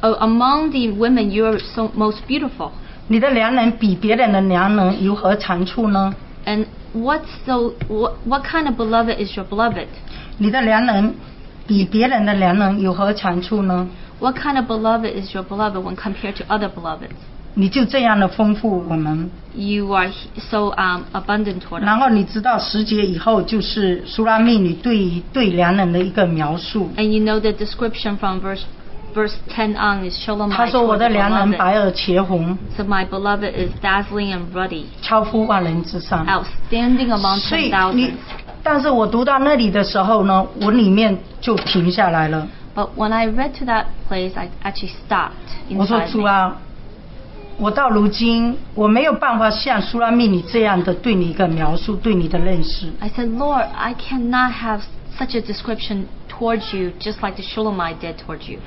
oh, "Among the women, you are so most beautiful." 你的良人比别人的良人有何长处呢？ And what's so? What, what kind of beloved is your beloved? 你的良人比别人的良人有何长处呢？ What kind of beloved is your beloved when compared to other beloveds? 你就这样的丰富我们， You are he- so um, abundant toward us. 然后你知道十节以后就是苏拉密女对于对良人的一个描述。 And you know the description from verse verse 10 on is Shalom 他说：“我的良人白而且红， So my beloved is dazzling and ruddy, 超乎万人之上。啊 outstanding among 所以你 10,000. 但是我读到那里的时候呢，我里面就停下来了。 But when I read to that place, I actually stopped 我说：“ inside 主 me. 啊，我到如今我没有办法像苏拉密你这样的对你一个描述，对你的认识。 I said, Lord, I cannot have such a description towards you just like the Shulamite did towards you.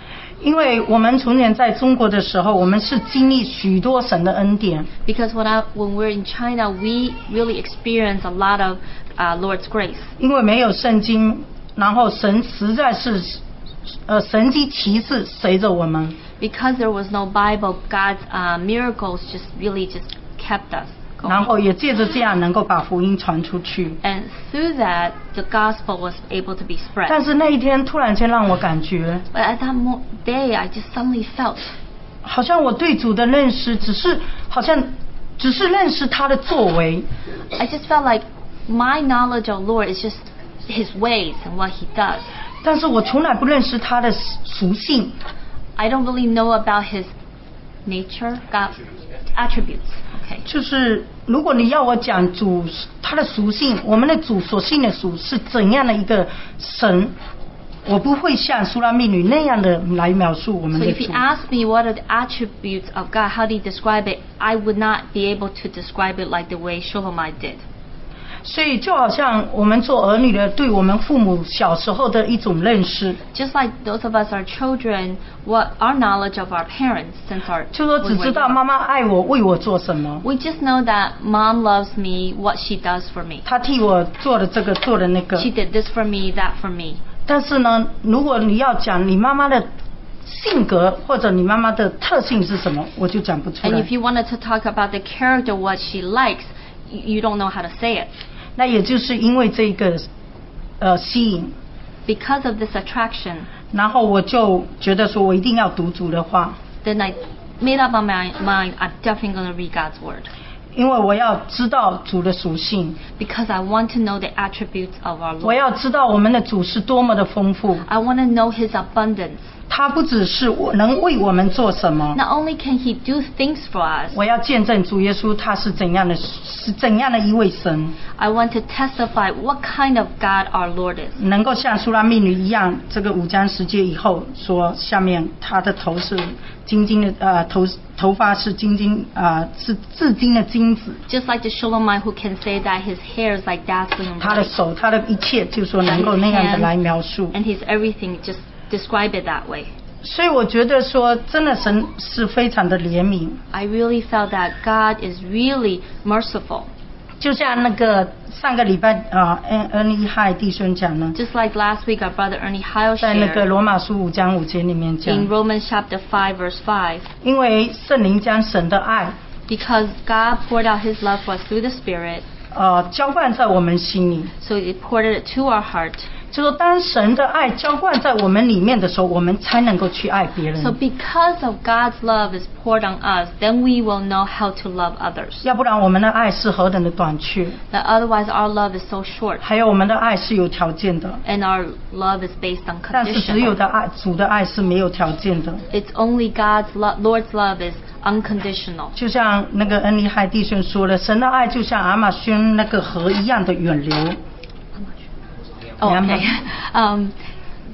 因为我们从前在中国的时候，我们是经历许多神的恩典， Because when, I, when we're in China, we really experience a lot of uh, Lord's grace. 因为没有圣经，然后神实在是，呃，神机骑士随着我们。” Because there was no Bible, God's uh, miracles just really just kept us 然 going. 后也借着这样能够把福音传出去。 And through that, the gospel was able to be spread. 但是那一天突然间让我感觉， But at that mo- day, I just suddenly felt 好像我对主的认识只是好像只是认识他的作为， I just felt like my knowledge of Lord is just His ways and what He does. 但是我从来不认识他的属性。 I don't really know about His nature, God attributes. Okay. 就是如果你要我讲主他的属性，我们的主所信的主是怎样的一个神，我不会像苏拉密女那样的来描述我们 So 的 if you 主。 ask me what are the attributes of God, how do you describe it? I would not be able to describe it like the way Shulamite did. 所以就好像我们做儿女的，对我们父母小时候的一种认识， Just like those of us are children, what our knowledge of our parents since our 就说 we 只 were 知道 young. 妈妈爱我，为我做什么， We just know that mom loves me, what she does for me. 她替我做了这个，做了那个。 She did this for me, that for me. 但是呢，如果你要讲你妈妈的性格或者你妈妈的特性是什么，我就讲不出 And 来 if。you wanted to talk about the character, what she likes, y- you don't know how to say it. 那也就是因为这个呃吸引， Because of this attraction, 然后我就觉得说我一定要读主的话， then I made up my mi- mind, I'm definitely going to read God's Word. 因为我要知道主的属性， Because I want to know the attributes of our 我 Lord. 要知道我们的主是多么的丰富， I want to know His abundance. 他不只是我能为我们做什么。 Not only can He do things for us, 我要见证主耶稣他是怎样的，是怎样的一位神， I want to testify what kind of God our Lord is. 能够像苏拉密女一样，这个五章十诫以后说，下面她的头是金金的，呃，头头发是金金，呃，是至金的金子， Just like the Shulamite who can say that his hair is like dazzling 她的 white, 手，她的一切，就说能够那样的来描述。 and his everything, just describe it that way. 所以我觉得说，真的神是非常的怜悯， I really felt that God is really merciful. 就像那个上个礼拜啊，恩恩利海弟兄讲呢， Just like last week, our brother Ernie Heil 在那个 shared 罗马书五章五节里面讲， in Romans chapter 5, verse 5, 因为圣灵将神的爱， because God poured out his love for us through the Spirit, 呃，浇灌在我们心里。 so he poured it to our heart. 就说当神的爱浇灌在我们里面的时候，我们才能够去爱别 So 人。 because of God's love is poured on us, then we will know how to love others. 要不然我们的爱是何等的短缺， That otherwise our love is so short, 还有我们的爱是有条件的， and our love is based on 但是只有 condition. 的爱，主的爱是没有条件的。 It's only God's lo- Lord's love is unconditional. 就像那个恩利海弟兄说的，神的爱就像亚马逊那个河一样的远流。 Oh, Yeah, okay. Um,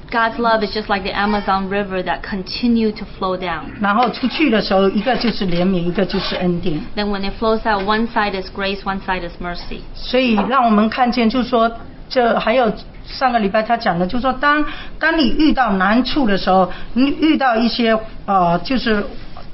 God's love is just like the Amazon River that continue to flow down. 然后出去的时候，一个就是怜悯，一个就是恩典。 Then when it flows out, one side is grace, one side is mercy. 所以让我们看见，就是说，这还有上个礼拜他讲的，就是说当当你遇到难处的时候，你遇到一些呃，就是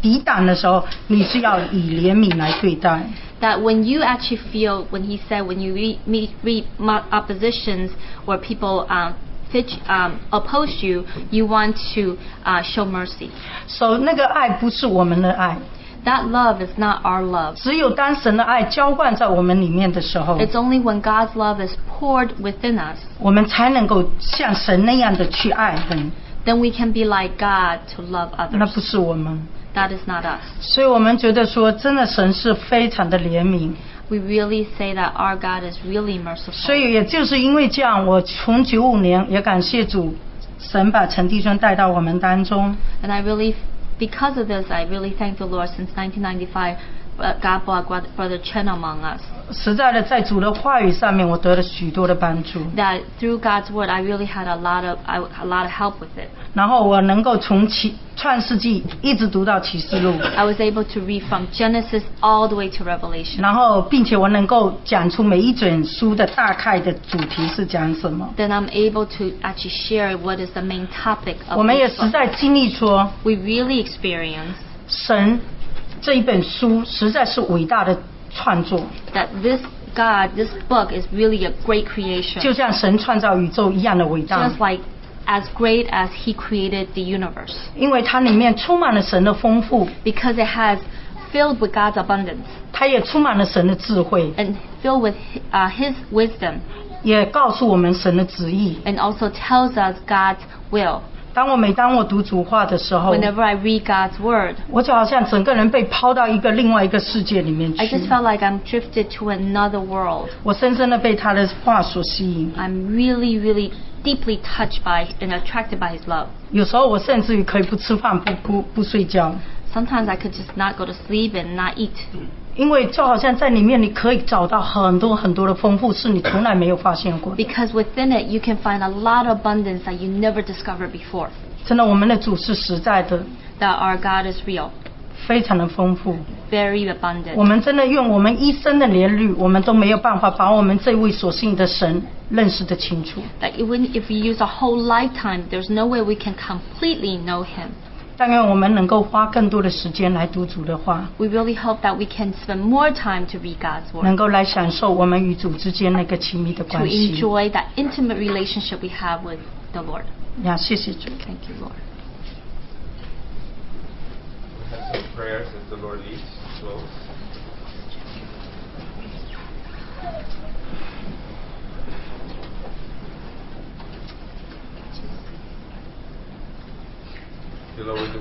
抵挡的时候，你是要以怜悯来对待。 That when you actually feel, when he said, when you re- meet, read mo- oppositions where people um, fitch, um, oppose you, you want to uh, show mercy. 所、so, 那个爱不是我们的爱， That love is not our love. 只有当神的爱浇灌在我们里面的时候， It's only when God's love is poured within us 我们才能够像神那样的去爱人， then we can be like God to love 那不 others. 是我们。 That is not us. 所以我们觉得说，真的神是非常的怜悯。 We really say that our God is really merciful. 所以也就是因为这样，我从九五年也感谢主，神把陈弟兄带到我们当中。 and I really, because of this, I really thank the Lord since 1995. uh, God brought Brother- Brother Chen among us. 实在的，在主的话语上面，我得了许多的帮助。 That through God's word, I really had a lot of I, a lot of help with it. 然后我能够从启创世纪一直读到启示录， I was able to read from Genesis all the way to Revelation. 然后并且我能够讲出每一卷书的大概的主题是讲什么。 Then I'm able to actually share what is the main topic 我 of 们也 this 实 book. 在经历说， We really experienced 神这一本书实在是伟大的创作， that this God, this book is really a great creation. 就像神创造宇宙一样的伟大 just。like as great as he created the universe 因为它里面充满了神的丰富， because it has filled with God's abundance 它也充满了神的智慧， and filled with uh, his wisdom 也告诉我们神的旨意。 and also tells us God's will. 当我每当我读主话的时候， Whenever I read God's word, 我就好像整个人被抛到一个另外一个世界里面 I 去 just，felt like I'm drifted to another world. 我深深的被他的话所吸引。 I'm really, really deeply touched by and attracted by his love. 有时候我甚至于可以不吃饭、不不不睡觉， Sometimes I could just not go to sleep and not eat 因为就好像在里面你可以找到很多很多的丰富，是你从来没有发现过的。 because within it you can find a lot of abundance that you never discovered before. 真的，我们的主是实在的， That our God is real. 非常的丰富。 very abundant. 我们真的用我们一生的年日，我们都没有办法把我们这位所信的神认识的清楚。 That even if we use a whole lifetime, there's no way we can completely know Him. 但愿我们能够花更多的时间来读主的话， We really hope that we can spend more time to read God's 能 Word, 够来享受我们与主之间那个亲密的 to 关系。 enjoy that intimate relationship we have with the Lord. 呀，谢谢主。 Thank you, Lord. Let's say prayers as the Lord leads. Close. Dear Lord, we do